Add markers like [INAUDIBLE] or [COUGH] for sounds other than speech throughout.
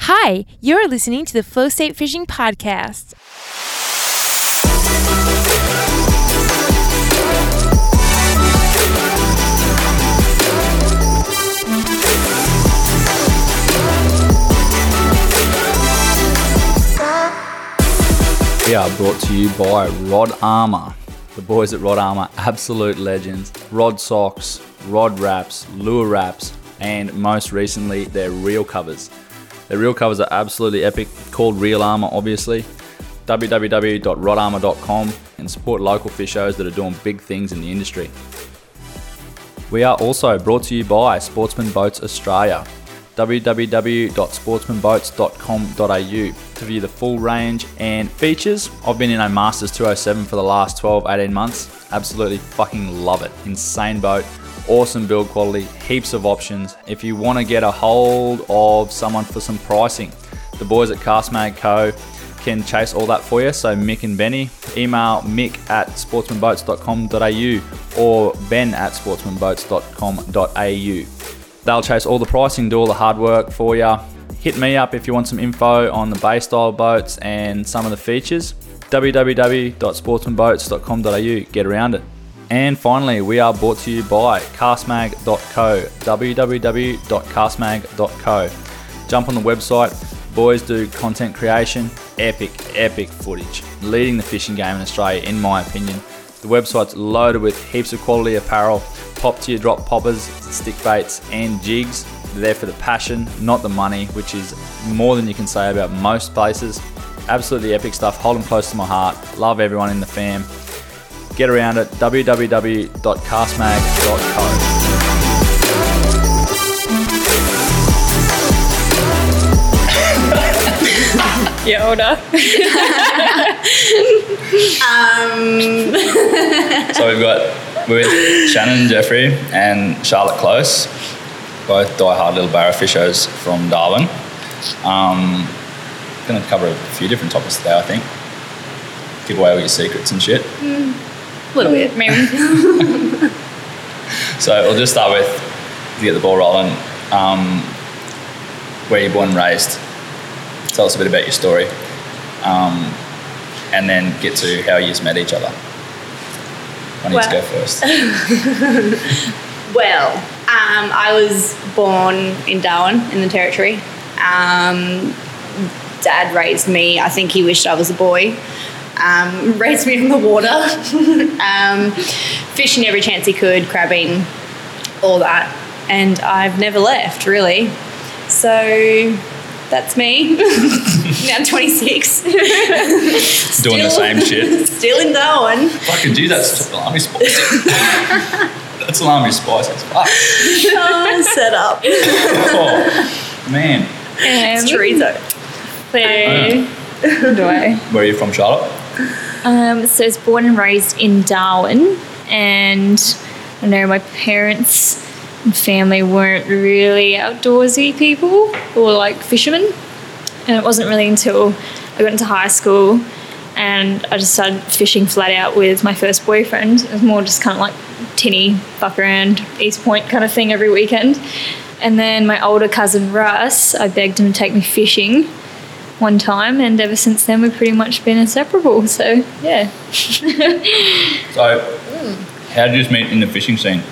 Hi, you're listening to the Flow State Fishing Podcast. We are brought to you by Rod Armour. The boys at Rod Armour, absolute legends. Rod socks, rod wraps, lure wraps, and most recently, their reel covers. Their reel covers are absolutely epic, called Reel Armour, obviously. www.rodarmour.com and support local fishers that are doing big things in the industry. We are also brought to you by Sportsman Boats Australia. www.sportsmanboats.com.au to view the full range and features. I've been in a Masters 207 for the last 12, 18 months. Absolutely fucking love it. Insane boat, awesome build quality, heaps of options. If you want to get a hold of someone for some pricing, the boys at Castmag Co. can chase all that for you. So Mick and Benny, email mick at sportsmanboats.com.au or ben at sportsmanboats.com.au. They'll chase all the pricing, do all the hard work for you. Hit me up if you want some info on the bay style boats and some of the features. www.sportsmanboats.com.au. Get around it. And finally, we are brought to you by castmag.co. www.castmag.co jump on the website. Boys do content creation, epic, epic footage, leading the fishing game in Australia, in my opinion. The website's loaded with heaps of quality apparel, pop to your drop poppers, stick baits, and jigs. They're there for the passion, not the money, which is more than you can say about most places. Absolutely epic stuff. Hold them close to my heart. Love everyone in the fam. Get around it. www.castmag.co. You're older. So we've got we're with Shannon Jeffrey and Charlotte Close, both die-hard little barra fishers from Darwin. Um, going to cover a few different topics today, I think. Give away all your secrets and shit. A little bit. Maybe. So we'll just start with to get the ball rolling. Um, where you're born and raised. Tell us a bit about your story, um, and then get to how you've met each other. I need to Well- go [LAUGHS] first. [LAUGHS] Well, um, I was born in Darwin in the Territory. Um, Dad raised me. I think he wished I was a boy. Um, [LAUGHS] raised me on the water, um, fishing every chance he could, crabbing, all that, and I've never left really. So that's me. [LAUGHS] now 26, Doing the Still- same shit. [LAUGHS] still in [LAUGHS] Darwin. If I could do that, it's salami spicy. That's salami spicy as fuck. Oh, set up. Oh, man. Um, It's chorizo. so, who do I? Where are you from, Charlotte? Um, so I was born and raised in Darwin, and I know my parents and family weren't really outdoorsy people or like fishermen. And it wasn't really until I got into high school and I just started fishing flat out with my first boyfriend. It was more just kind of like tinny, fuck around, East Point kind of thing every weekend. And then my older cousin Russ, I begged him to take me fishing one time, and ever since then we've pretty much been inseparable. So yeah, [LAUGHS] So, how did you meet in the fishing scene?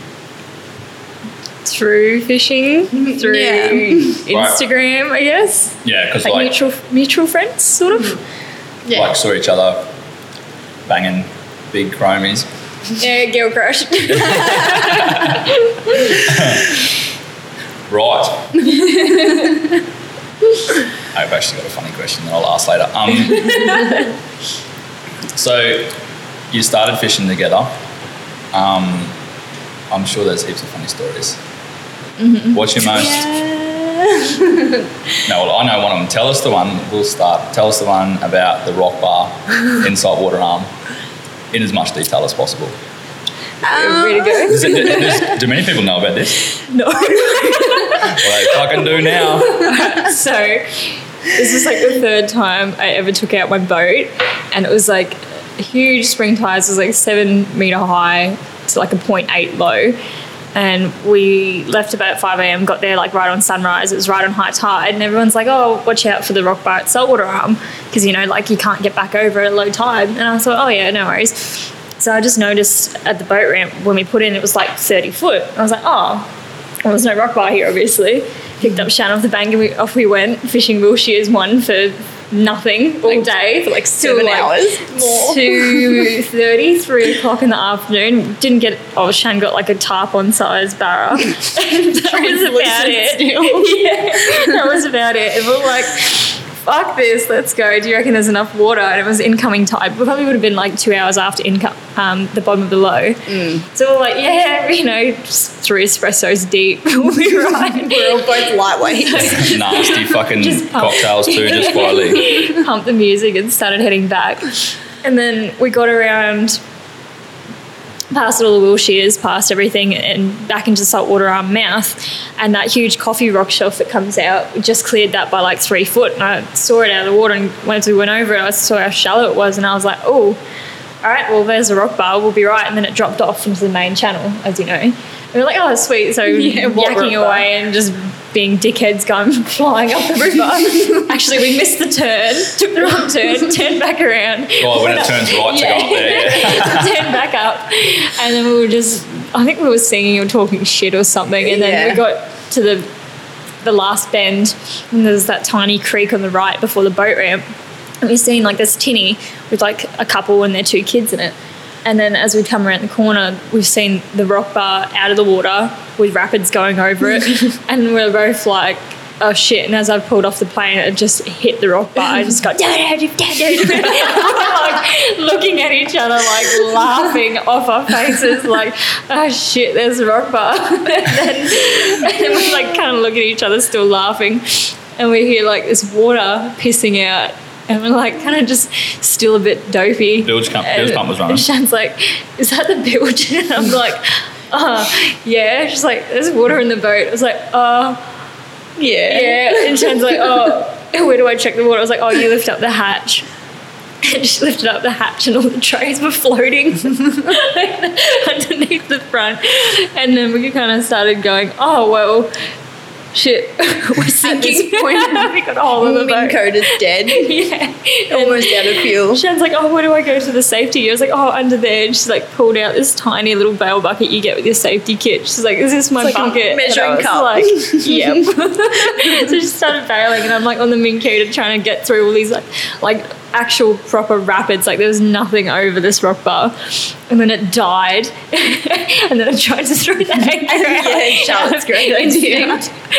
through fishing, through Yeah. Instagram, I guess, Yeah, because like, like, mutual mutual friends, sort of. Yeah. like saw each other banging big chromies. Yeah, girl crush. Right. I've actually got a funny question that I'll ask later. Um, so, you started fishing together. Um, I'm sure there's heaps of funny stories. What's your most? No, well, I know one of them. Tell us the one. We'll start. Tell us the one about the rock bar in Saltwater Arm in as much detail as possible. Way to go. Is it- is- do many people know about this? [LAUGHS] No. Well, they fucking do now. [LAUGHS] so this is like the third time I ever took out my boat, and it was like huge spring tides. It was like seven meter high to like a point eight low, and And we left about 5 a.m., got there like right on sunrise. It was right on high tide. And everyone's like, oh, watch out for the rock bar at Saltwater Arm. Because, you know, like you can't get back over at low tide. And I thought, oh, yeah, no worries. So I just noticed at the boat ramp when we put in, it was like 30 foot. I was like, oh, well, there's no rock bar here, obviously. Picked up Shan off the bank and we, off we went. Fishing Wilshire's one for nothing all day. For like seven hours. More. [LAUGHS] Two thirty, three o'clock in the afternoon. Didn't get. Oh, Shan got like a tarpon size [LAUGHS] barra. [LAUGHS] and that was about it. [LAUGHS] yeah, that was about it. And we we're like. Fuck this, let's go. Do you reckon there's enough water? And it was incoming tide. We probably would have been like two hours after income, um, the bottom of the low. Mm. So we're like, yeah, you know, just three espressos deep. [LAUGHS] we'll be right. We're all [LAUGHS] both lightweight. [LAUGHS] Nasty fucking Just pump. cocktails [LAUGHS] too, just quietly. pumped the music and started heading back. And then we got around past all the Wilshires, past everything, and back into Saltwater Arm Mouth. And that huge coffee rock shelf that comes out, we just cleared that by like three foot. And I saw it out of the water. And once we went over it, I saw how shallow it was. And I was like, oh, all right, well, there's the rock bar. We'll be right. And then it dropped off into the main channel, as you know. And we were like, oh, sweet. So what rock yakking bar? away and just being dickheads going [LAUGHS] flying up the river. Actually, we missed the turn, took the wrong turn, turned back around, Oh, when it turns right to go up there. [LAUGHS] turned back up, and then we were just, I think we were singing or talking shit or something, and then Yeah. we got to the the last bend, and there's that tiny creek on the right before the boat ramp, and we seen like this tinny with like a couple and their two kids in it. And then as we come around the corner, we've seen the rock bar out of the water with rapids going over it. and we're both like, oh shit. And as I pulled off the plane, it just hit the rock bar. I just got, "Dad, dad, dad, dad." We're, like looking at each other, like laughing off our faces, like, oh shit, there's a rock bar. [LAUGHS] and, then, and then we like kind of look at each other, still laughing. And we hear like this water pissing out. And we're like kind of just still a bit dopey. Bilge pump- bilge pump was running. [LAUGHS] And Shan's like, is that the bilge? [LAUGHS] And I'm like, uh, yeah. She's like, there's water in the boat. I was like, uh, yeah. Yeah. And Shan's like, oh, where do I check the water? I was like, oh, you lift up the hatch. And she lifted up the hatch and all the trays were floating [LAUGHS] underneath the front. And then we kind of started going, oh, well, shit, [LAUGHS] we're sinking. point- [LAUGHS] we got a hole in the boat. [LAUGHS] Mincoat is [LAUGHS] dead. Yeah. Almost out of fuel. Shan's like, oh, where do I go to the safety? I was like, oh, under there. And she's like, pulled out this tiny little bail bucket you get with your safety kit. She's like, is this my like a bucket? measuring and cup. [LAUGHS] I was like, yep. so she started bailing, and I'm like on the Minn Kota trying to get through all these like, like actual proper rapids. Like there was nothing over this rock bar, and then it died, [LAUGHS] and then I tried to throw the anchor out. [LAUGHS] Yeah, Charlotte's [LAUGHS] great idea. Instinct. [LAUGHS]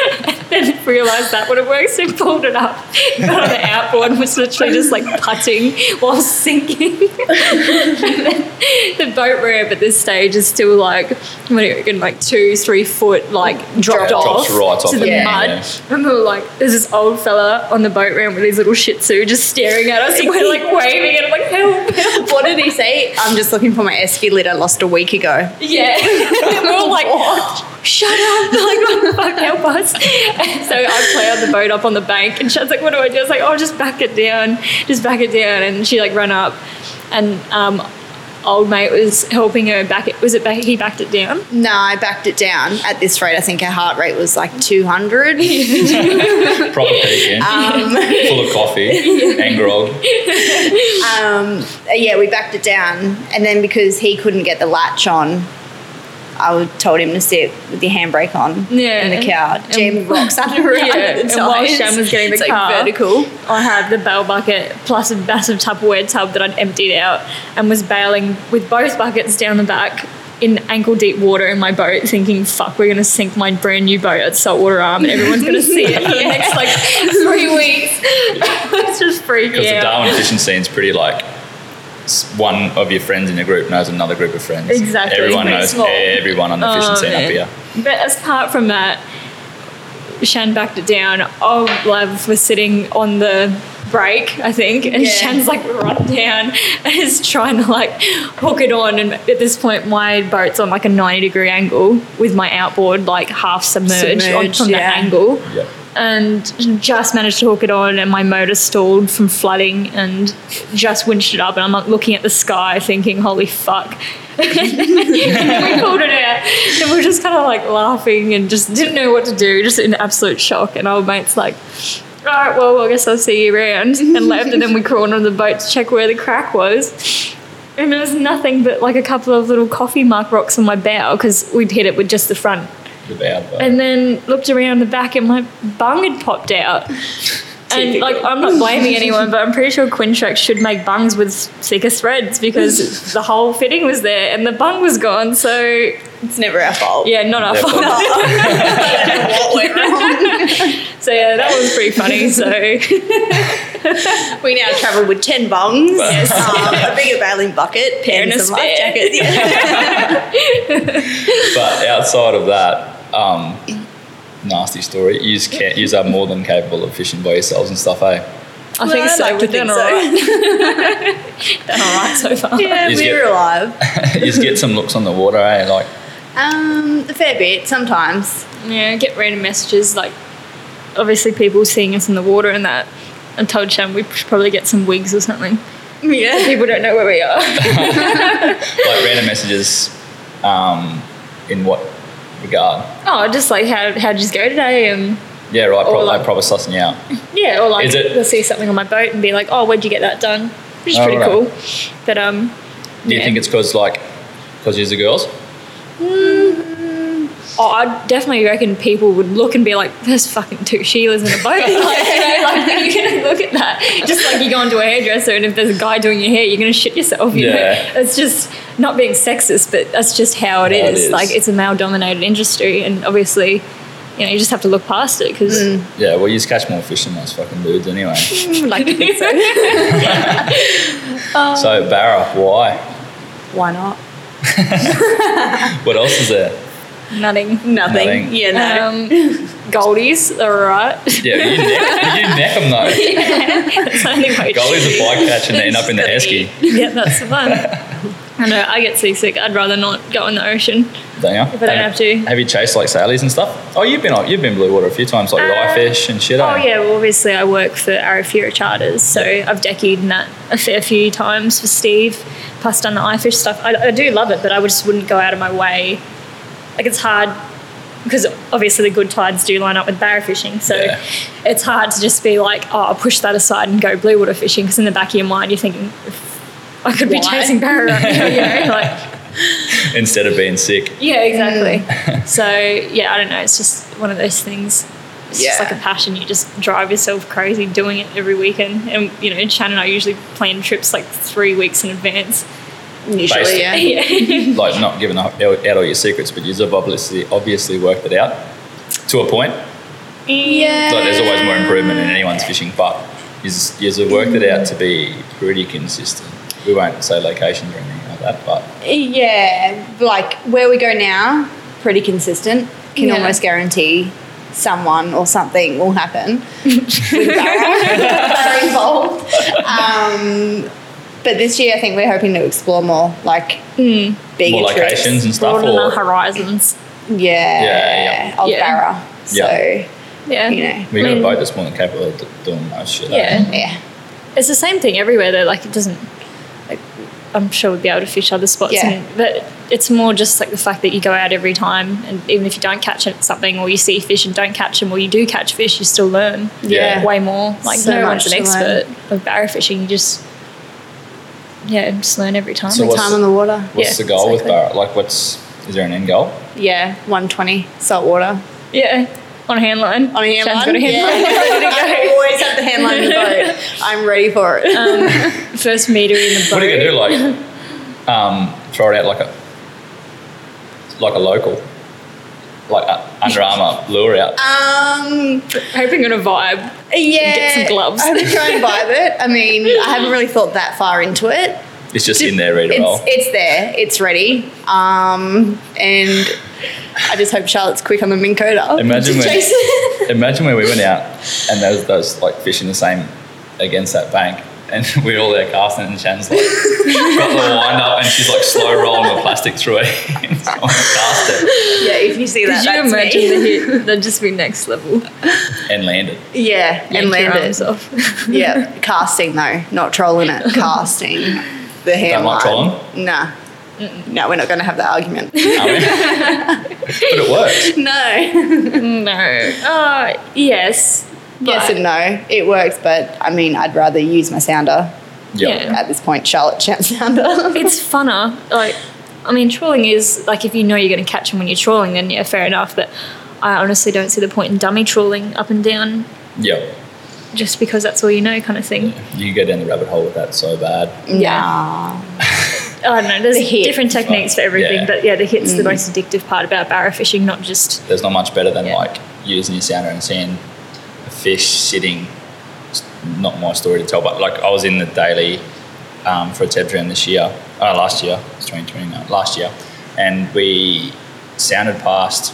and realised that wouldn't work, so pulled it up. [LAUGHS] Got on the outboard and was literally just like putting while sinking. [LAUGHS] And then the boat ramp at this stage is still like, what do you reckon, like two, three foot, like dropped Drops off right off to the it, mud. yeah. And we were like, there's this old fella on the boat ramp with his little shih tzu just staring at us and we're like waving and I'm like, help, [LAUGHS] help. What did he say? I'm just looking for my esky lid I lost a week ago. Yeah. we're all like, shut up, [LAUGHS] like, what the fuck, help us. And so I play on the boat up on the bank and Shad's like, what do I do? I was like, oh, just back it down, just back it down. And she like run up and um, old mate was helping her back it. Was it back? He backed it down? No, I backed it down. At this rate, I think her heart rate was like Uh, 200. Proper peak, yeah. Um, [LAUGHS] Full of coffee and grog. um, yeah, we backed it down, and then because he couldn't get the latch on, I would- told him to sit with your handbrake on Yeah. in the car. And- Jammed rocks under it. Yeah, under the and while tires. Shan was getting the It's, like, car- vertical. I had the bail bucket plus a massive Tupperware tub that I'd emptied out and was bailing with both buckets down the back in ankle deep water in my boat, thinking, fuck, we're going to sink my brand new boat at Saltwater Arm and everyone's going to see it for the next like three weeks. [LAUGHS] it's just freaking Because the out. Darwin fishing scene's pretty like s- one of your friends in your group knows another group of friends. Exactly. Everyone Pretty knows small. everyone on the fishing Oh, scene man. up here. But apart from that, Shan backed it down. Oh, love was sitting on the break, I think, and Yeah. Shan's like right down and is trying to like hook it on. And at this point, my boat's on like a 90 degree angle with my outboard like half submerged, on, Submerged, from yeah. that angle. Yep. and just managed to hook it on and my motor stalled from flooding and just winched it up and I'm like looking at the sky thinking [LAUGHS] holy fuck and [LAUGHS] we pulled it out and we were just kind of like laughing and just didn't know what to do just in absolute shock and our mate's like all right well I guess I'll see you around and left and then we crawled on the boat to check where the crack was and there was nothing but like a couple of little coffee mark rocks on my bow because we'd hit it with just the front The bad part. and then looked around the back and my bung had popped out. And like I'm not blaming anyone, but I'm pretty sure Quintrax should make bungs with thicker threads because the whole fitting was there and the bung was gone. So It's never our [LAUGHS] fault. [LAUGHS] yeah, not our Yeah, fault. What went wrong? So yeah, that was pretty funny. So We now travel with 10 bongs, um, a bigger bailing bucket, And and, a some life spare. jackets. Yeah. But outside of that, um, nasty story. You can't. You are more than capable of fishing by yourselves and stuff. Eh? [LAUGHS] I think Well, I'd so. like to We've done think all so. right. done all right so [LAUGHS] far. yeah, Is we it- were alive. you just get some looks on the water. Eh? Like Um, a fair bit sometimes. Yeah, I get random messages like obviously people seeing us in the water and that. I told Shan we should probably get some wigs or something. Yeah. People don't know where we are. like random messages. Um, in what regard? Oh, just like how how did you go today? And Yeah, right. Pro- Or like- like proper sussing you out. yeah, or like Is it- they'll see something on my boat and be like, "Oh, where'd you get that done?" Which is Oh, pretty right. cool. But um, Do you Yeah. think it's because like because you're the girls? oh, I definitely reckon people would look and be like, "There's fucking two Sheilas in a boat." [LAUGHS] like, you know, like you're gonna [LAUGHS] look at that. Just like you go into a hairdresser and if there's a guy doing your hair, you're gonna shit yourself. You Yeah. know, it's just not being sexist, but that's just how How it it is. is. Like it's a male-dominated industry, and obviously. You know, you just have to look past it because Yeah. Well, you just catch more fish than those fucking dudes anyway. would mm, like to think so. Oh. so Barra, why? Why not? [LAUGHS] What else is there? Nutting. Nothing. Nothing. Yeah, no. Um, [LAUGHS] goldies are [LAUGHS] right. Yeah, you neck, you neck 'em [LAUGHS] though. That's the only way. Goalie's a bike catch and they end up in the esky. Yeah, that's the fun. I know, [LAUGHS] I get seasick. I'd rather not go in the ocean. Don't you? If I don't have to. Have you chased like sailies and stuff? Oh, you've been on- you've been blue water a few times, like Uh, rye fish and shit. Oh, eh? yeah, well, obviously, I work for Arafura Charters, so I've deckied in that a fair few times for Steve, plus done the iFish stuff. I, I do love it, but I just wouldn't go out of my way. Like, it's hard because obviously the good tides do line up with barra fishing, so Yeah. it's hard to just be like, oh, I'll push that aside and go blue water fishing, because in the back of your mind, you're thinking, I could be Why? chasing barra right now, you [LAUGHS] know? Like, Instead of being sick. Yeah, exactly. Mm. [LAUGHS] so yeah, I don't know. It's just one of those things. It's just Yeah. like a passion. You just drive yourself crazy doing it every weekend. And you know, Shannon and I usually plan trips like three weeks in advance. [LAUGHS] Usually, yeah. Yeah. Like not giving out out all your secrets, but you've obviously obviously worked it out to a point. [LAUGHS] yeah. Like there's always more improvement in anyone's fishing, but you've you've worked it out to be pretty consistent. We won't say locations or anything like that, but Yeah, like where we go now, pretty consistent. Can Yeah. almost guarantee someone or something will [LAUGHS] happen with Barra involved. Um, but this year, I think we're hoping to explore more, like Hmm. bigger more trips. locations and stuff. broaden our Or horizons. Yeah, Yeah, of Yeah. Barra. So Yeah. you know, we got mean- a boat that's more than capable of d- doing most shit. eh? Yeah. yeah, it's the same thing everywhere though like it doesn't like i'm sure we'd be able to fish other spots Yeah. and, but it's more just like the fact that you go out every time and even if you don't catch it- something or you see fish and don't catch them or you do catch fish you still learn Yeah. way more like So no one's much an to learn. expert of barra fishing you just yeah just learn every time So what's- time on the water. What's Yeah, the goal with exactly. Barra? Like, what's is there an end goal? Yeah, one twenty salt water yeah on a hand line on a hand line. Shan's got a hand Yeah. line. [LAUGHS] I [LAUGHS] always have the hand line in the boat. I'm ready for it. [LAUGHS] first meter in the boat What are you gonna do? Like, [LAUGHS] um, throw it out like a like a local, like a Under Armour lure out. Uh, Um, hoping on a vibe [LAUGHS] yeah. Get some gloves. I would try and vibe it. I mean, I haven't really thought that far into it. It's just in there ready to roll. It's, it's there. It's ready. Um, and I just hope Charlotte's quick on the Minn Kota. Imagine to when- chase it. Imagine where we went out and those those like fish in the same against that bank, and [LAUGHS] we're all there casting it, and Shan's like got the wind up, and she's like slow rolling the plastic through her [LAUGHS] hands on the caster Yeah, if you see that, Could you that's imagine me. the hit? That'd just be next level. and landed. [LAUGHS] Yeah, and Yank your land arms it. off. Yeah, casting though, not trolling [LAUGHS] it. casting the hand Don't like trolling? line. Nah. No, we're not going to have that argument. I mean, but it worked. [LAUGHS] no. no. Uh, yes. [LAUGHS] Yes and no. It works, but I mean, I'd rather use my sounder. Yeah. At this point, Charlotte Chan [LAUGHS] sounder. It's funner. Like, I mean, trawling is like if you know you're going to catch them when you're trawling, then yeah, fair enough. But I honestly don't see the point in dummy trawling up and down Yeah. just because that's all you know, kind of thing. You go down the rabbit hole with that so bad. yeah. I don't know. There's The hit. Mm. different techniques for everything, Yeah. but yeah, the hit's the most addictive part about barra fishing, not just There's not much better than Yeah. like using your sounder and seeing a fish sitting. It's not my story to tell, but like I was in the daily um, for a TEB dram this year, uh, last year, it's 2020 now, last year, and we sounded past.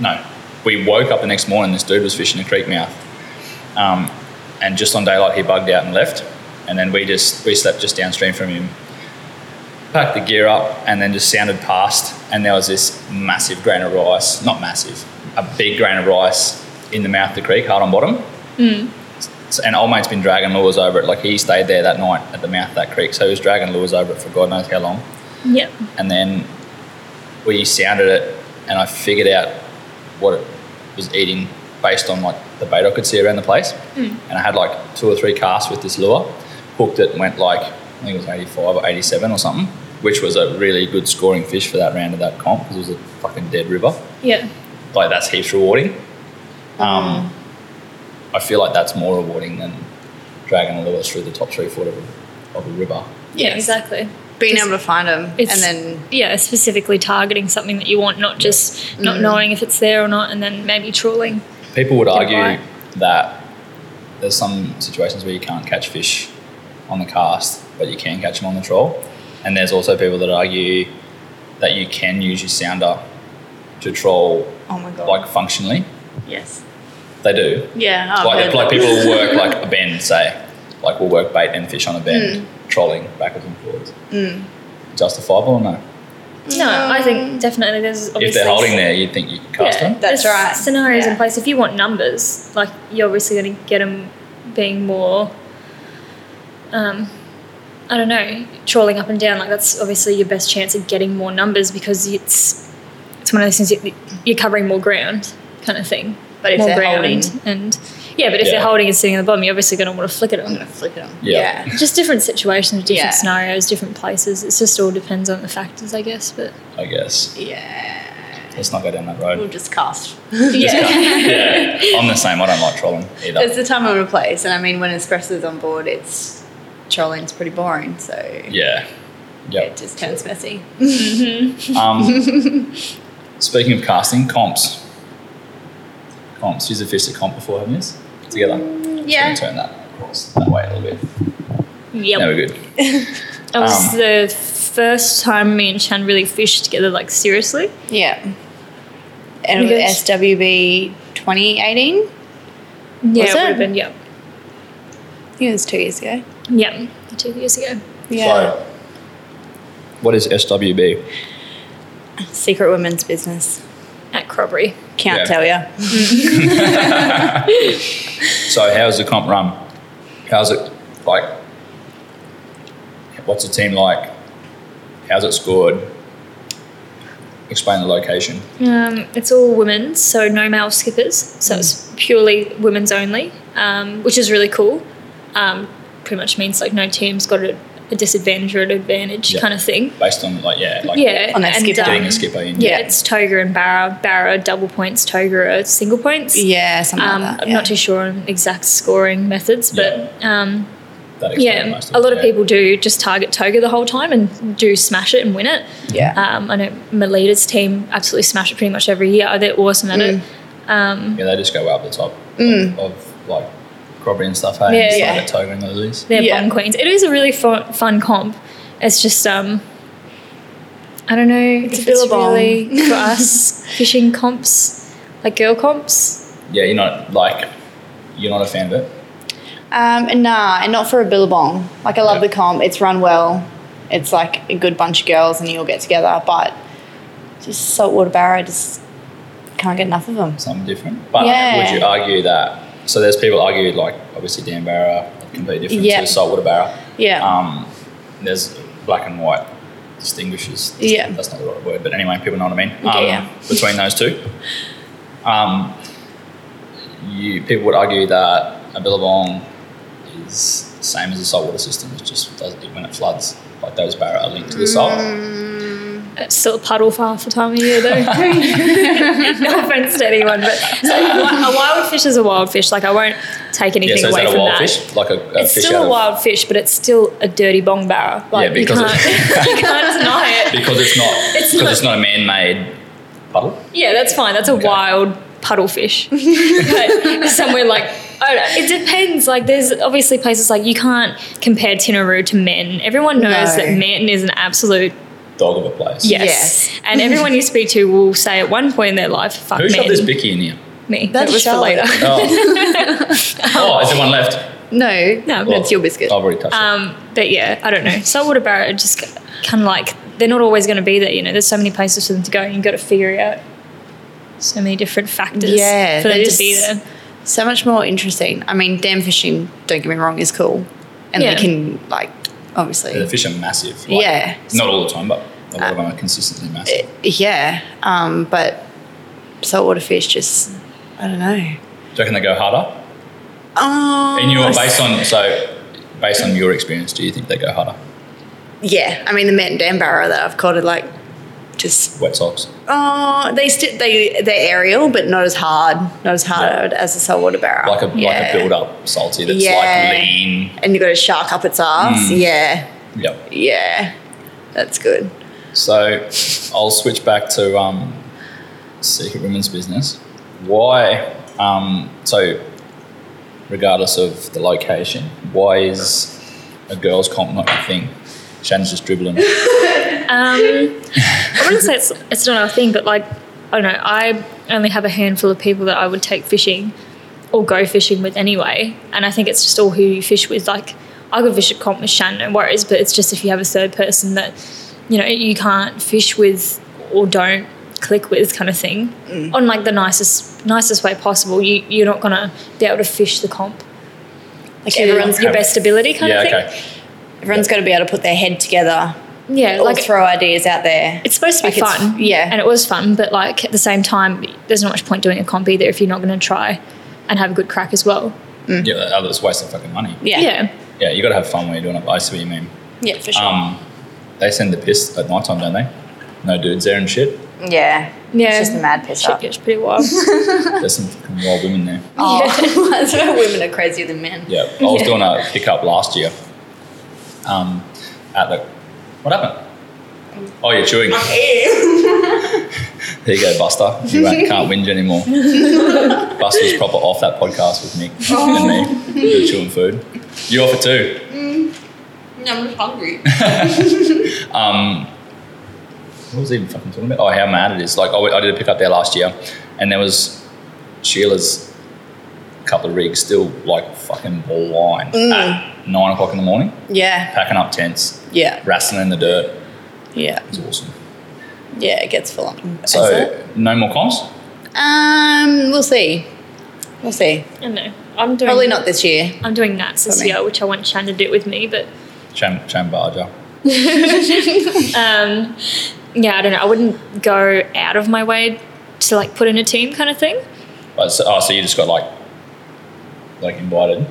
No, we woke up the next morning, this dude was fishing a creek mouth. Um, and just on daylight, he bugged out and left. And then we just, we slept just downstream from him packed the gear up and then just sounded past and there was this massive grain of rice not massive a big grain of rice in the mouth of the creek hard on bottom So- and old mate's been dragging lures over it like he stayed there that night at the mouth of that creek so he was dragging lures over it for god knows how long yeah, and then we sounded it and I figured out what it was eating based on like the bait I could see around the place. And I had like two or three casts with this lure, hooked it and went like I think it was 85 or 87 or something, which was a really good scoring fish for that round of that comp because it was a fucking dead river. yeah. Like that's heaps rewarding. Um, I feel like that's more rewarding than dragging a lure through the top three foot of a, of a river. Yeah, exactly. Being able to find them and It's, then yeah, specifically targeting something that you want, not just not Mm. knowing if it's there or not, and then maybe trawling. People would argue right. that there's some situations where you can't catch fish on the cast, but you can catch them on the trawl. And there's also people that argue that you can use your sounder to troll oh my god, like functionally. yes, They do. yeah, oh, I've like, heard like that. people will work like a bend, say, like we'll work bait and fish on a bend, Hmm. trolling backwards and forwards. Justifiable or no? No, Um, I think definitely there's obviously If they're holding there, you'd think you could cast yeah, them. That's there's right. Scenarios Yeah. in place. If you want numbers, like you're obviously going to get them being more. Um, I don't know, trawling up and down. Like that's obviously your best chance of getting more numbers because it's it's one of those things you, you're covering more ground, kind of thing. But if more they're ground holding- and yeah, but if Yeah. they're holding and sitting on the bottom, you're obviously going to want to flick it I'm on. gonna flick them. Yeah. yeah. Just different situations, different Yeah. scenarios, different places. It just all depends on the factors, I guess. But I guess. Yeah. Let's not go down that [LAUGHS] road. We'll just cast. yeah, I'm the same. I don't like trolling either. It's the time and a place, and I mean, when espresso's on board, it's trolling's pretty boring, so yeah. it Yep. just turns messy. Um, speaking of casting, comps. Comps. You've fished a comp before, haven't you? Together. Yeah. So we turn that across that way a little bit. yeah, Now we're good. That was Um, the first time me and Chan really fished together, like seriously. Yeah. And it was SWB 2018. Yeah, Was it would it? have been yeah, I think it was two years ago. yeah, two years ago. So, what is SWB? Secret women's business. At Crobbery, Can't Yeah. tell you. So, how's the comp run? How's it like? What's the team like? How's it scored? Explain the location. um, it's all women, so no male skippers. So it's purely women's only, um, which is really cool. Um, pretty much means like no team's got a, a disadvantage or an advantage Yeah. kind of thing. Based on like yeah, like Yeah, On their skipper. getting a um, skipper in. yeah, it's Toga and Barra. Barra double points, Toga are single points. Yeah, something Um, like that. I'm yeah. not too sure on exact scoring methods, but um, That explains yeah, most a lot it, of yeah. people do just target Toga the whole time and do smash it and win it. Yeah. Um, I know Melita's team absolutely smash it pretty much every year. Oh, They're awesome at it. Yeah, they just go up the top of, of like Crobbery and stuff. Hey, yeah, Yeah, yeah. yeah. Like at Toga and all these. They're Yeah. bomb queens. It is a really fun, fun comp. It's just um, I don't know if it's billabong. really for us fishing comps like girl comps. Yeah, you're not like you're not a fan of it. Um, and nah, and not for a billabong. Like I love Yeah. the comp. It's run well. It's like a good bunch of girls, and you all get together. But just saltwater barra, just can't get enough of them. something different. But Yeah. would you argue that? So there's people argue like obviously Dan Barra completely different Yeah. to saltwater barra. Yeah. Um, there's black and white distinguishes. Yeah. That's not the right word, but anyway, people know what I mean. Yeah, um, yeah. Between those two, um, you people would argue that a billabong is the same as a saltwater system. It just does it when it floods. Like those barra are linked to the salt. Mm. It's still a puddle for half the time of year, though. [LAUGHS] no offense to anyone, but so a wild fish is a wild fish. Like I won't take Yeah. anything So is away that a from wild that. fish? Like a, a It's fish still out a of- wild fish, but it's still a dirty bong barra. Like, Yeah, because you it's- can't, [LAUGHS] you can't deny it. because it's not [LAUGHS] It's because not- it's not a man-made puddle. Yeah, that's fine. That's a Okay. wild puddle fish. [LAUGHS] but somewhere like, I don't know. It depends. Like, there's obviously places like you can't compare Tinaroo to Manton. Everyone knows No. that Manton is an absolute Dog of a place. yes. Yes. And everyone you speak to will say at one point in their life, fuck Who shot Manton. this bicky in [LAUGHS] here? Me. That's that was for Charlotte. later. [LAUGHS] Oh. oh, is there one left? No, No. no, it's your biscuit. I've already touched it. Um, but yeah, I don't know. Saltwater Barra just kind of like they're not always going to be there. You know, there's so many places for them to go, and you've got to figure out so many different factors Yeah, for them they're to be just- there. So much more interesting. I mean, dam fishing. Don't get me wrong, is cool, and Yeah. they can like obviously. The fish are massive. Yeah. Uh, Not all the time, but a lot of them are consistently massive. Yeah, um, but saltwater fish just I don't know. Do you reckon they go harder? Oh, And you are based on so based on your experience, do you think they go harder? yeah. I mean, the Met and Dam Barra that I've caught are like just Wet socks. oh, they st- they they're aerial, but not as hard, not as hard as a saltwater barra. Like a like Yeah. a build up salty that's Yeah. like lean. and you got a shark up its ass. Mm. Yeah, Yep. yeah, that's good. So I'll switch back to um, secret women's business. Why? Um, so, regardless of the location, why is a girls' comp not a thing? Shannon's just [LAUGHS] dribbling. Um, I wouldn't say it's it's not our thing, but like I don't know. I only have a handful of people that I would take fishing or go fishing with anyway, and I think it's just all who you fish with. Like I could fish at comp with Shan, no worries, but it's just if you have a third person that you know you can't fish with or don't click with kind of thing on like the nicest nicest way possible you you're not gonna be able to fish the comp Like to everyone's your best ability kind yeah, of thing okay. everyone's got to be able to put their head together, yeah or like throw ideas out there. it's supposed to be Like, it's- fun. yeah. And it was fun, but like at the same time, there's not much point doing a comp either if you're not going to try and have a good crack as well. Yeah, that- oh, that's a waste of fucking money. yeah, Yeah. Yeah, you got to have fun when you're doing it. But I see what you mean. Yeah, for sure. Um, they send the piss at night time, don't they? No dudes there and shit. yeah, Yeah. It's just a mad piss Shit up. gets pretty [LAUGHS] wild. There's some fucking wild women there. Oh, [LAUGHS] that's why women are crazier than men. Yeah, I was Yeah. doing a pickup last year. Um, at the what happened? Oh, you're chewing. [LAUGHS] there you go, Buster. You won't- can't whinge anymore. Buster was proper off that podcast with Nick and me. You were chewing food. You offer too. I'm just hungry. What was I even fucking talking about? Oh, how mad it is! Like I, w- I did a pickup there last year, and there was Sheila's couple of rigs still like fucking blind at nine o'clock in the morning, Yeah, packing up tents, yeah, wrestling in the dirt. yeah, It was awesome. yeah. It gets full on. Is it? So no more comps. Um, we'll see. We'll see. I know. I'm doing Probably not this year. I'm doing Nats this For me. year, which I want Shan to do with me, but Shane, Shane Barger. um, yeah, I don't know. I wouldn't go out of my way to like put in a team kind of thing. Oh so, oh, so you just got like like invited.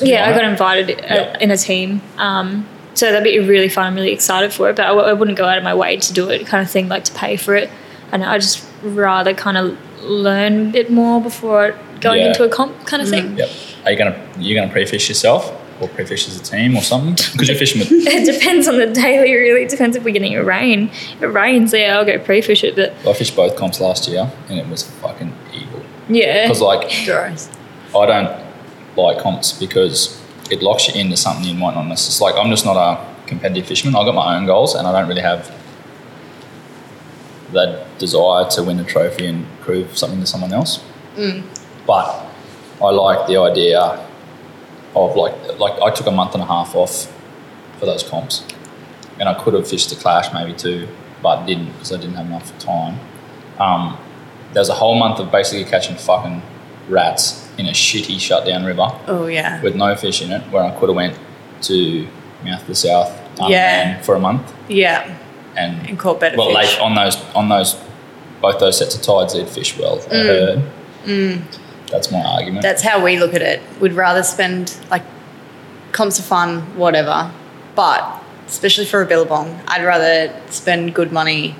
Yeah, I Yeah. got invited uh Yeah. in a team. Um, so that'd be really fun. I'm really excited for it, but I, w- I wouldn't go out of my way to do it, kind of thing, like to pay for it. And I just rather kind of learn a bit more before going Yeah. Mm-hmm. into a comp, kind of thing. [LAUGHS] Yep. Are you gonna you gonna pre-fish yourself or pre-fish as a team or something? Because you're fishing with It depends on the daily, really. It depends if we're getting a rain. If it rains, yeah, I'll go pre fish it, but I fished both comps last year and it was fucking evil. yeah. Because like Gross. I don't like comps because it locks you into something you might not necessarily like. I'm just not a competitive fisherman. I've got my own goals and I don't really have that desire to win a trophy and prove something to someone else. But I like the idea of like like I took a month and a half off for those comps, and I could have fished the clash maybe too, but didn't because I didn't have enough time. Um, there was a whole month of basically catching fucking rats in a shitty shutdown river Oh yeah. with no fish in it, where I could have went to Mouth to South um, Yeah. and for a month Yeah. and And caught better well, fish. like on those on those both those sets of tides, they'd fish well. I Mm. heard. That's my argument. That's how we look at it. We'd rather spend like comps are fun, whatever. But especially for a billabong, I'd rather spend good money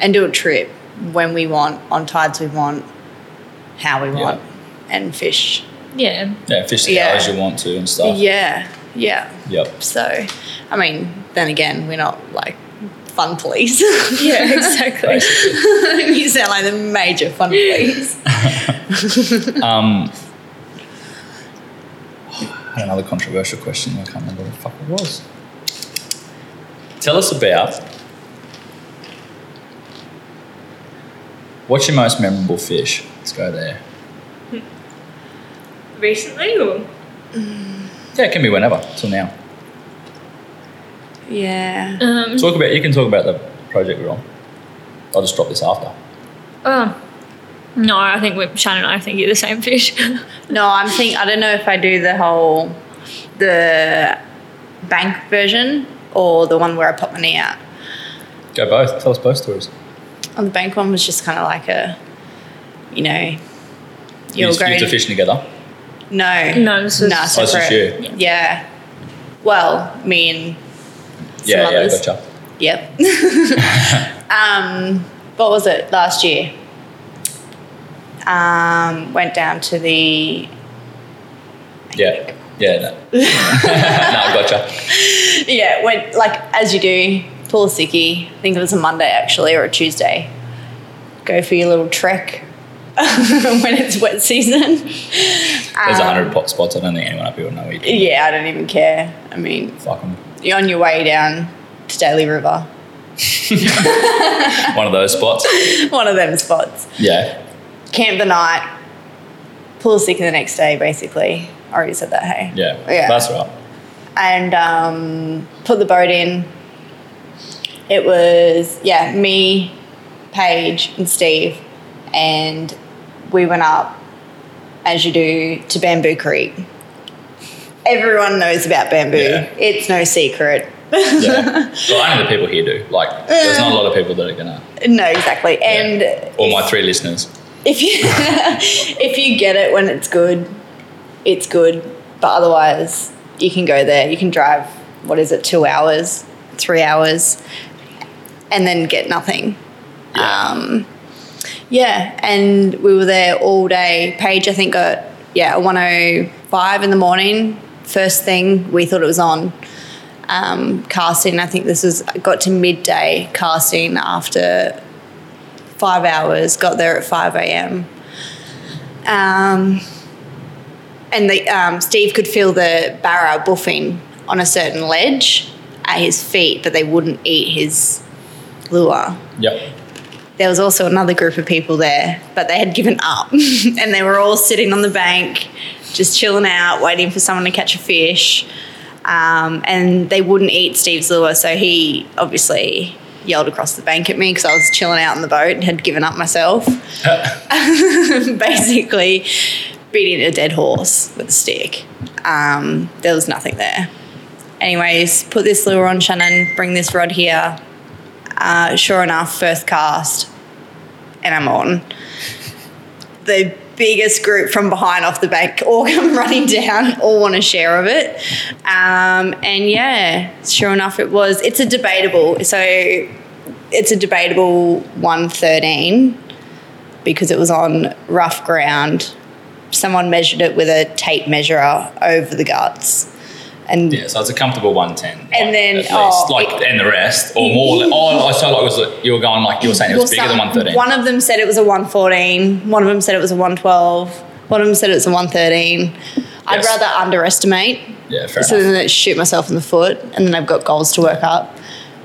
and do a trip when we want, on tides we want, how we want, and fish. Yeah. [LAUGHS] yeah, fish the Yeah. hours you want to and stuff. Yeah, yeah. Yep. So, I mean, then again, we're not like fun police. [LAUGHS] Yeah, exactly. Basically. you sound like the major [LAUGHS] fun police. um, I had another controversial question. I can't remember what the fuck it was. Tell us about what's your most memorable fish. Let's go there. [LAUGHS] Recently or? Yeah, it can be whenever till now. Yeah. Um, Talk about you can talk about the project we're on. I'll just drop this after. oh. No, I think we're, Shannon and I think you're the same fish. [LAUGHS] No, I'm think I don't know if I do the whole the bank version or the one where I pop my knee out. Go both. Tell us both stories. On the bank one was just kind of like a, you know, you'll you go. used to fishing together. No, No, this was- Nah, Oh, this was separate. you. Yeah. Well, me and some yeah, others. yeah, gotcha. [LAUGHS] Yep. um, what was it last year? Um, went down to the Yeah, yeah, [LAUGHS] no, no, gotcha. yeah, went like as you do, pull a sickie. I think it was a Monday actually or a Tuesday. Go for your little trek [LAUGHS] when it's wet season. There's a Uh, hundred pot spots. I don't think anyone up here would know either. Yeah, I don't even care. I mean, Fuck 'em. you're on your way down to Daly River, [LAUGHS] One of those spots. one of them spots. Yeah. Camp the night, pull a sickie the next day, basically. I already said that, hey? Yeah. Yeah. That's right. and um, put the boat in. It was, yeah, me, Paige, and Steve, and we went up, as you do, to Bamboo Creek. Everyone knows about bamboo. Yeah. It's no secret. [LAUGHS] Yeah. well, only the people here do. Like, there's not a lot of people that are gonna. No, exactly. And yeah. all my three listeners. if you if you [LAUGHS] get it when it's good, it's good. But otherwise, you can go there. You can drive. What is it? Two hours, three hours, and then get nothing. Yeah. Um, yeah, and we were there all day. Paige, I think, got yeah, one oh five in the morning. First thing we thought it was on um, casting. I think this was got to midday casting after five hours. Got there at five a.m. Um, and the, um, Steve could feel the barra buffing on a certain ledge at his feet, but they wouldn't eat his lure yep. there was also another group of people there, but they had given up [LAUGHS] and they were all sitting on the bank, just chilling out, waiting for someone to catch a fish. Um, and they wouldn't eat Steve's lure, so he obviously yelled across the bank at me because I was chilling out in the boat and had given up myself. [LAUGHS] Basically, beating a dead horse with a stick. Um, there was nothing there. Anyways, put this lure on Shannon, bring this rod here, uh, sure enough, first cast, and I'm on. [LAUGHS] The biggest group from behind off the bank all [LAUGHS] come running down, all want a share of it. Um, and yeah, sure enough, it was. It's a debatable. So it's a debatable 113 because it was on rough ground. Someone measured it with a tape measurer over the guts. And Yeah. So it's a comfortable 110. And like, then- at least. oh, like, and the rest, or more. [LAUGHS] Like, oh, I saw like was it- you were going like you were saying it was bigger Well, than some- 113. One of them said it was a 114. One of them said it was a 112. One of them said it was a 113. I'd Yes. rather underestimate yeah. Fair so enough. then it shoot myself in the foot and then I've got goals to work up.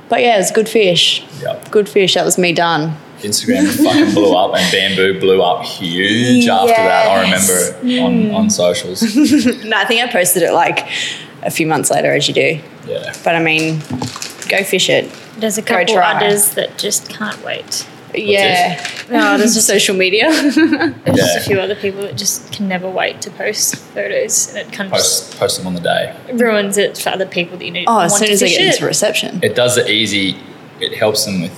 But yeah, it was a good fish. Yep. Good fish. That was me done. Instagram fucking blew up and bamboo blew up huge after that. I remember it on, on socials. No, I think I posted it like a few months later, as you do. Yeah. But I mean, go fish it. There's a couple try. others that just can't wait. yeah. No, this is social [LAUGHS] media. There's just a Yeah. few other people that just can never wait to post photos, and it kind of just Post, post them on the day. ruins it for other people that you need. oh, want as soon to as I fish get it. into reception. It does it easy. It helps them with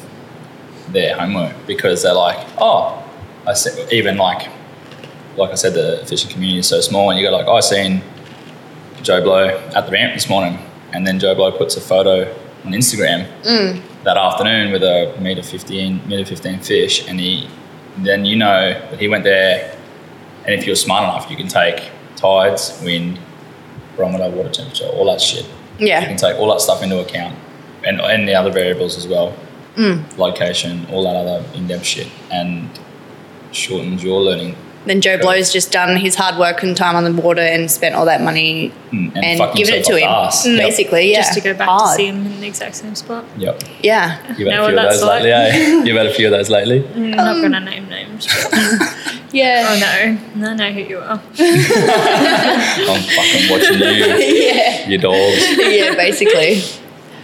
their homework because they're like, oh, I see, even like, like I said, the fishing community is so small, and you go like, oh, I seen Joe Blow at the ramp this morning, and then Joe Blow puts a photo on Instagram that afternoon with a meter fifteen, meter fifteen fish, and he, then you know that he went there, and if you're smart enough, you can take tides, wind, barometer, water temperature, all that shit. You Yeah. can take all that stuff into account and, and the other variables as well Mm. location, all that other in depth shit, and shortens your learning. Then Joe Blow's just done his hard work and time on the water and spent all that money Mm, and and, fuck given it himself to up the him. arse. Mm, Yep. Basically, yeah. Just to go back Hard. to see them in the exact same spot. Yep. Yeah. You've had a Know few what of that's those lately, eh? [LAUGHS] You've had a few of those [LAUGHS] lately. I'm Um, not going to name names. but- Yeah. oh no, I know who you are. I'm fucking watching you, yeah. your dogs. [LAUGHS] Yeah, basically.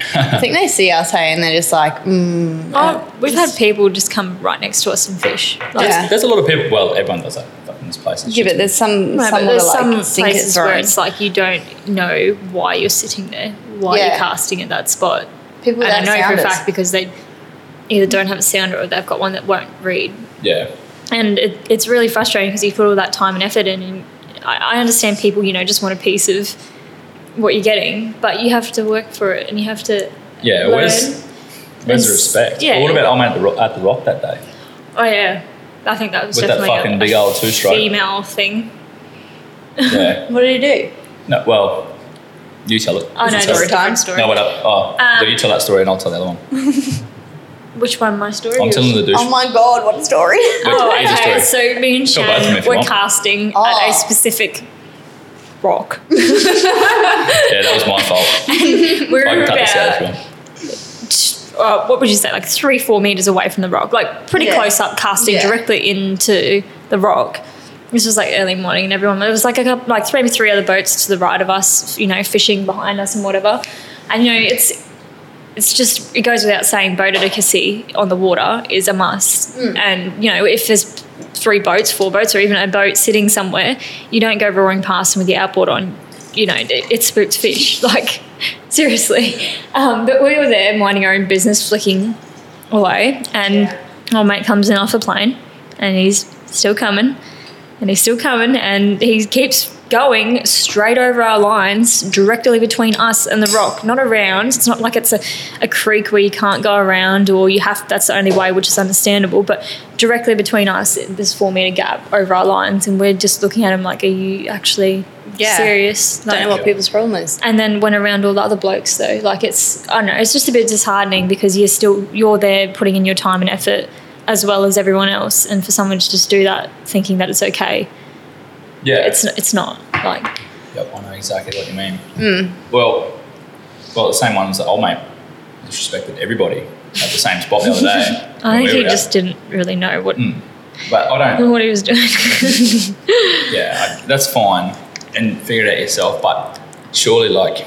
[LAUGHS] I think they see us, hey, and they're just like, mm. Oh, we've had people just come right next to us and fish. Like, Yeah. There's a lot of people, well, everyone does that fucking this place. and Yeah, shit. but there's some, No, some but that are there's like some sink it places where through. it's like you don't know why you're sitting there, why Yeah. you're casting at that spot. People and I that know for a sound us. fact because they either don't have a sounder or they've got one that won't read. yeah. And it, it's really frustrating because you put all that time and effort in. And I, I understand people, you know, just want a piece of what you're getting, but you have to work for it and you have to. Yeah, learn. where's, where's the It's- respect? yeah. Well, what about I'm at the, ro- at the rock that [LAUGHS] day? Oh, yeah. I think that was With that definitely a- fucking a big old two-stroke. female thing. Yeah. What did he do? no, well, you tell it. Oh, no, You that's tell story a it. time? different story. No, what up? Oh, Um, you tell that story and I'll tell the other one. Which one? My story? I'm or- telling the douche. Oh my god, what a story. [LAUGHS] Oh, Wait, here's the okay. story. So me and Tell both of them Shan if you were want. casting Oh. at a specific [LAUGHS] rock. Yeah, that was my [LAUGHS] fault. We I were can cut this out if you about, want. uh, what would you say, like three, four meters away from the rock, like pretty Yeah. close up, casting Yeah. directly into the rock. This was like early morning, and everyone it was like a couple, like three, three other boats to the right of us, you know, fishing behind us and whatever. And you know, it's it's just it goes without saying, boat advocacy on the water is a must. And you know, if there's three boats, four boats, or even a boat sitting somewhere, you don't go roaring past them with your outboard on. You know, it, it spooks fish. [LAUGHS] Like seriously, um, but we were there minding our own business, flicking away, and my mate comes in off the plane, and he's still coming, and he's still coming, and he keeps going straight over our lines, directly between us and the rock, not around. It's not like it's a, a creek where you can't go around, or you have that's the only way, which is understandable. But directly between us, this four meter gap over our lines, and we're just looking at him like, "Are you actually Yeah. serious?" Don't know what people's problem is. and then went around all the other blokes though. Like it's I don't know, it's just a bit disheartening because you're still you're there putting in your time and effort as well as everyone else, and for someone to just do that thinking that it's okay, Yeah. it's n- it's not like Yep, I know exactly what you mean. Hmm. Well, well, the same ones that old mate disrespected everybody at the same spot the other day. [LAUGHS] I when think we he were out. just didn't really know what Hmm. But I don't. [LAUGHS] what he was doing. Yeah, I, that's fine, and figure it out yourself. But surely, like,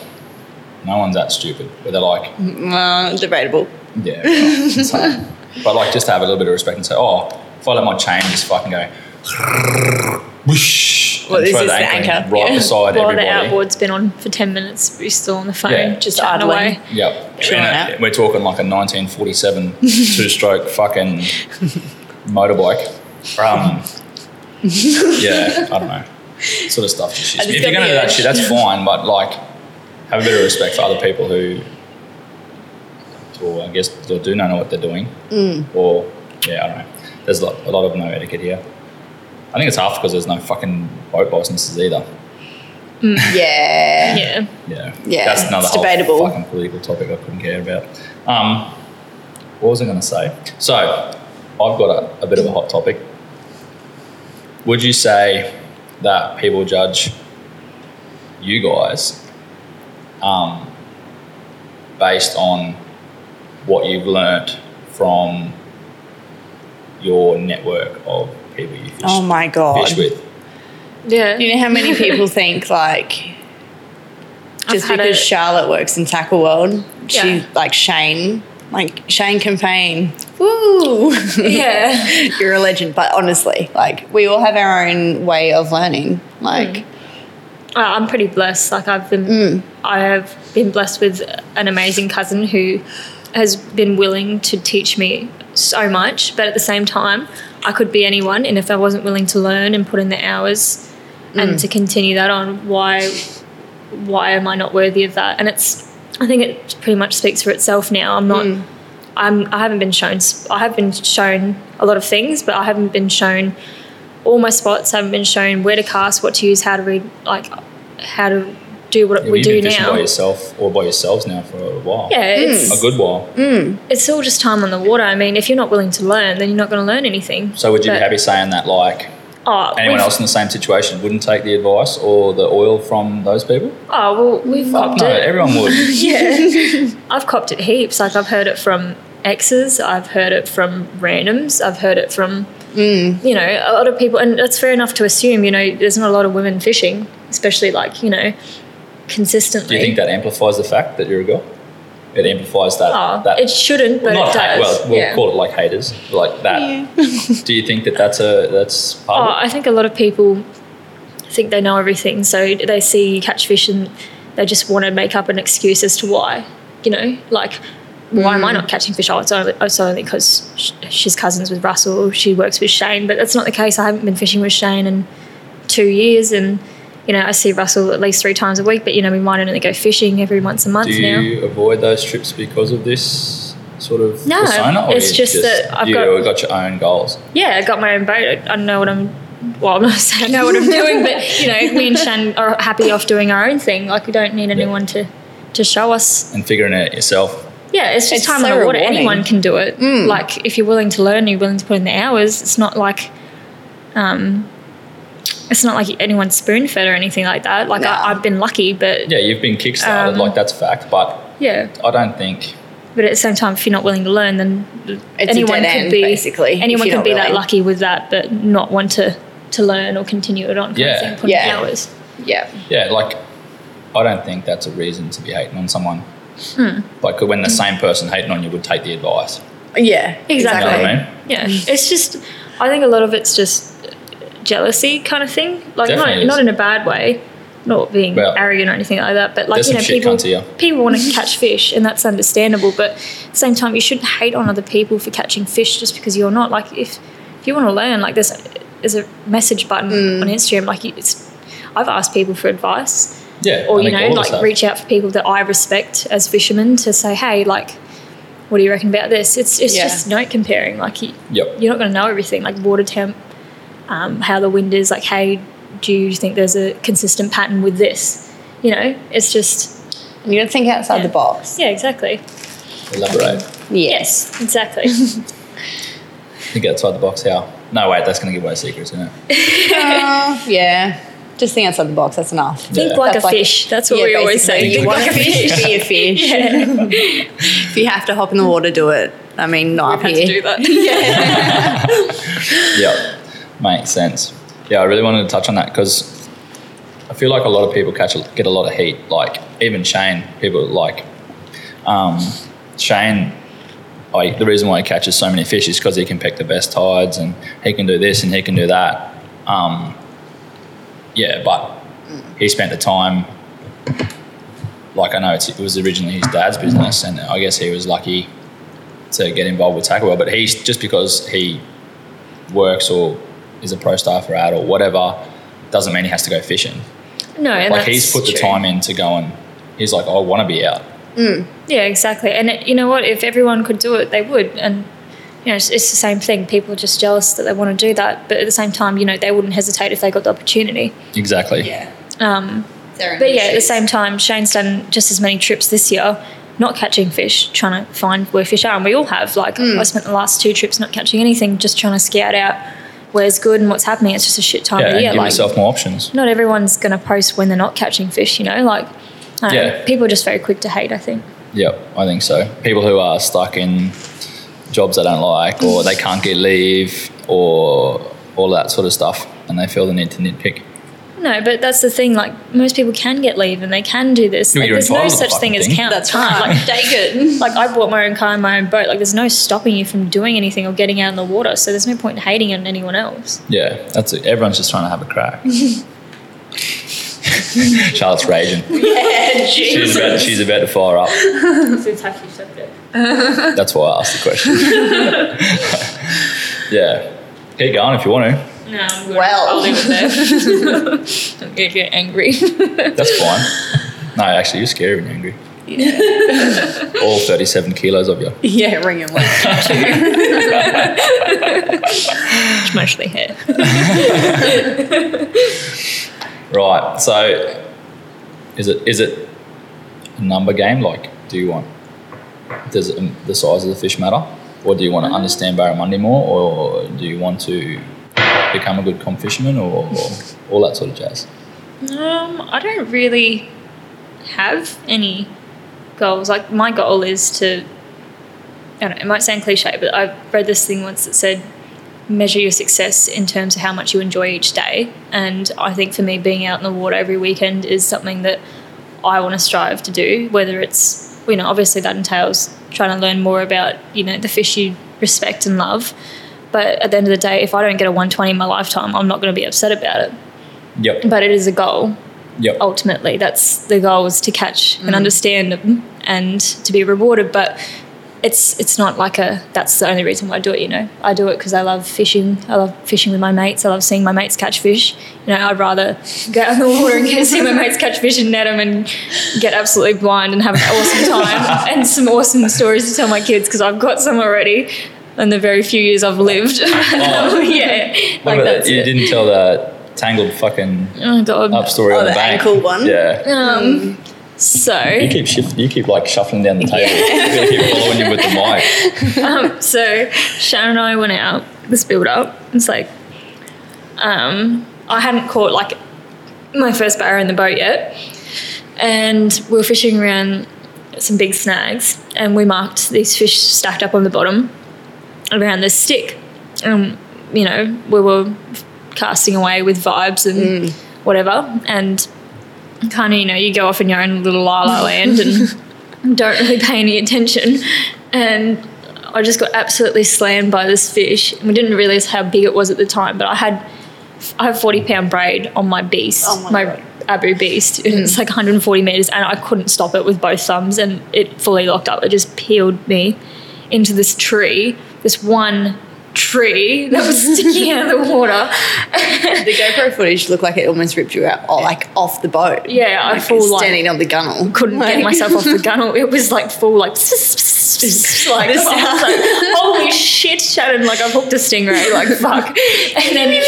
no one's that stupid. Where they're like, Uh, debatable. Yeah. well, it's fine. but like just to have a little bit of respect and say, oh, if I let my chain just fucking go [LAUGHS] whoosh Well, and this throw is the the anchor, in anchor. right Yeah. beside [LAUGHS] While the everybody. outboard's been on for ten minutes, we're still on the phone, Yeah. just Just chatting idling. away. Yep. Sure And, uh, enough. we're talking like a [LAUGHS] 1947 two-stroke fucking motorbike. Um, yeah, I don't know. Sort of stuff. Just, I just if you're got going to the do that urge. shit, [LAUGHS] that's fine, but like have a bit of respect for other people who, or I guess, they do not know what they're doing. Mm. Or, yeah, I don't know. There's a lot, a lot of no etiquette here. I think it's half because there's no fucking boat licenses either. Yeah. Yeah. Yeah, Yeah, that's another it's whole debatable. fucking political topic I couldn't care about. Um, what was I going to say? So, I've got a, a bit of a hot topic. Would you say that people judge you guys um, based on what you've learnt from your network of people you fish, Oh my god. fish with. Yeah. You know how many people think like just had because a- Charlotte works in Tackle World, she Yeah. like Shane, like Shane Campaign. [LAUGHS] Woo! [LAUGHS] Yeah. [LAUGHS] You're a legend. But honestly, like we all have our own way of learning. Like Mm. I- I'm pretty blessed. Like I've been, I have been blessed with an amazing cousin who has been willing to teach me so much. But at the same time, I could be anyone, and if I wasn't willing to learn and put in the hours Mm. and to continue that on, why, why am I not worthy of that? And it's, I think it pretty much speaks for itself now. I'm not. Mm. I'm, I haven't been shown. s- I have been shown a lot of things, but I haven't been shown all my spots haven't been shown where to cast, what to use, how to read, like how to do what Yeah, we you've do been fishing now. by yourself or by yourselves now for a while. Yeah, A it's good while. it's all just time on the water. I mean, if you're not willing to learn, then you're not going to learn anything. So would you be But- happy saying that like Oh, anyone we've- else in the same situation wouldn't take the advice or the oil from those people? Oh well, we've Fuck copped no, it. everyone [LAUGHS] would. I've copped it heaps. Like I've heard it from exes, I've heard it from randoms, I've heard it from you know a lot of people, and it's fair enough to assume. You know, there's not a lot of women fishing, especially like you know consistently. Do you think that amplifies the fact that you're a girl? It amplifies that. Oh, that it shouldn't, but not it hate- does. well, we'll yeah. call it like haters, like that. [LAUGHS] Do you think that that's a that's Oh, part I think a lot of people think they know everything, so they see you catch fish and they just want to make up an excuse as to why. You know, like why Mm. am I not catching fish? Oh, it's only, it's only because sh- she's cousins with Russell. She works with Shane, but that's not the case. I haven't been fishing with Shane in two years, and you know I see Russell at least three times a week. But you know we might only go fishing every once a month of it? Do now. you avoid those trips because of this sort of No, persona? it's just that I've you got- got your own goals. yeah, I got my own boat. I, I know what I'm. Well, I'm not saying I know what I'm doing, but you know, me and Shan are happy off doing our own thing. Like we don't need anyone to to show us. and figuring it out yourself. Yeah, it's just It's time so on the water. rewarding. Mm. Anyone can do it. Like if you're willing to learn, you're willing to put in the hours. It's not like, um, it's not like anyone's spoon fed or anything like that. Like Nah. I, I've been lucky, but Yeah, you've been kickstarted, Um, like that's a fact. But yeah. I don't think But at the same time, if you're not willing to learn, then It's a anyone dead could end, be basically, if anyone you're could not be that willing. lucky with that, but not want to to learn or continue it on. kind of Yeah. thing, put in Yeah. Hours. yeah. yeah, like I don't think that's a reason to be hating on someone. Hmm. Like when the same person hating on you would take the advice. Yeah. You know Exactly. what I mean? Yeah. Mm. It's just, I think a lot of it's just jealousy kind of thing. Like Definitely not is. not in a bad way, not being Well, arrogant or anything like that. But like there's you know, some shit people cunts here. people [LAUGHS] want to catch fish, and that's understandable. But at the same time, you shouldn't hate on other people for catching fish just because you're not. Like if if you want to learn, like there's there's a message button on Instagram. Like you- it's, I've asked people for advice Yeah, or I you think know, all of us like have. reach out for people that I respect as fishermen to say, hey, like, what do you reckon about this? It's it's Yeah. just note comparing. Like you, Yep. you're not going to know everything, like water temp, um, how the wind is, like hey, do you think there's a consistent pattern with this? You know, it's just You gotta think outside Yeah. the box. yeah, exactly. Elaborate. Yes. [LAUGHS] exactly. Think outside the box. How? No, wait, that's going to give away secrets, isn't it? Uh, yeah. Just think outside the box, that's enough. Think Yeah. like That's a like- fish. That's what Yeah, we always basically, say. You want a fish, be a [LAUGHS] fish. if you have to hop in the water, do it. I mean, not up Had here. to do that. yeah, makes sense. Yeah, I really wanted to touch on that because I feel like a lot of people catch a, get a lot of heat. Like even Shane, people like um, Shane. I, the reason why he catches so many fish is because he can pick the best tides and he can do this and he can do that. Um, yeah, but he spent the time. Like I know it's, it was originally his dad's business, and I guess he was lucky to get involved with Tackle World. But he's just because he works or is a pro staffer out or whatever doesn't mean he has to go fishing. no, and like that's he's put the true. time in to go and he's like, I want to be out. Yeah, exactly. And it, you know what? If everyone could do it, they would. And you know, it's, it's the same thing. People are just jealous that they want to do that, but at the same time, you know, they wouldn't hesitate if they got the opportunity. Exactly. Yeah. Um, They're in but yeah, at the issues. same time, Shane's done just as many trips this year, not catching fish, trying to find where fish are, and we all have. Like I spent the last two trips not catching anything, just trying to scout out where's good and what's happening. It's just a shit time Yeah, of and year. give Like yourself more options. not everyone's going to post when they're not catching fish. You know, like I don't know, Yeah. people are just very quick to hate. I think. Yep, I think so. People who are stuck in jobs they don't like, or they can't get leave, or all that sort of stuff, and they feel the need to nitpick. No, but that's the thing. Like most people can get leave and they can do this. No, Like, you're there's no entitled to such fucking thing as thing. count That's time. right. Like take it. [LAUGHS] Like I bought my own car and my own boat. Like there's no stopping you from doing anything or getting out in the water. So there's no point in hating on anyone else. Yeah, that's it. Everyone's just trying to have a [LAUGHS] crack. Charlotte's raging. she's, about, she's about to fire up. That's why I asked the [LAUGHS] question. yeah, keep going if you want to. No, I'm good. Well. I'll leave it [LAUGHS] there. I'm gonna get angry. That's fine. No, actually, you're scary when you're angry. All 37 kilos of you. [LAUGHS] Yeah, ring [LAUGHS] him up. Mostly hair. Right. So, is it is it a number game? Like, do you want does um, the size of the fish matter, or do you want to understand barramundi more, or do you want to become a good comp fisherman, or, or all that sort of jazz? Um, I don't really have any goals. Like my goal is to. I don't know, it might sound cliche, but I read this thing once that said, measure your success in terms of how much you enjoy each day. And I think for me, being out in the water every weekend is something that I want to strive to do. Whether it's you know, obviously that entails trying to learn more about you know the fish you respect and love. But at the end of the day, if I don't get a 120 in my lifetime, I'm not going to be upset about it. Yep. But it is a goal Yep. ultimately that's the goal is to catch Mm. and understand them and to be rewarded but it's it's not like a that's the only reason why I do it you know I do it because I love fishing I love fishing with my mates I love seeing my mates catch fish you know I'd rather go out in the water and get, see my mates catch fish and net them and get absolutely blind and have [LAUGHS] an awesome time and some awesome stories to tell my kids because I've got some already in the very few years I've lived [LAUGHS] yeah Oh. What like about that? that's You it didn't tell that tangled fucking oh god up story Oh, on the, the bank. ankle one? Yeah. um so You keep shift, you keep like shuffling down the table. [LAUGHS] You gotta keep following you with the mic. so Sharon and I went out this build up. It's like um, I hadn't caught like my first barra in the boat yet, and we were fishing around some big snags, and we marked these fish stacked up on the bottom around this stick, and you know we were casting away with vibes and whatever, and kind of you know you go off in your own little la la land and don't really pay any attention. And I just got absolutely slammed by this fish. And we didn't realize how big it was at the time, but I had I have 40 pound braid on my beast, Oh my my, God. Abu beast. And It's like 140 meters, and I couldn't stop it with both thumbs, and it fully locked up. It just peeled me into this tree, this one tree that was sticking out of the water. The GoPro footage looked like it almost ripped you out, or like off the boat. Yeah, I like, full, like- standing on the gunnel. couldn't get Like- myself [LAUGHS] off the gunnel. It was like full, like, [LAUGHS] like, [LAUGHS] I was like, holy shit, Shannon, like I've hooked a stingray, [LAUGHS] like fuck. And then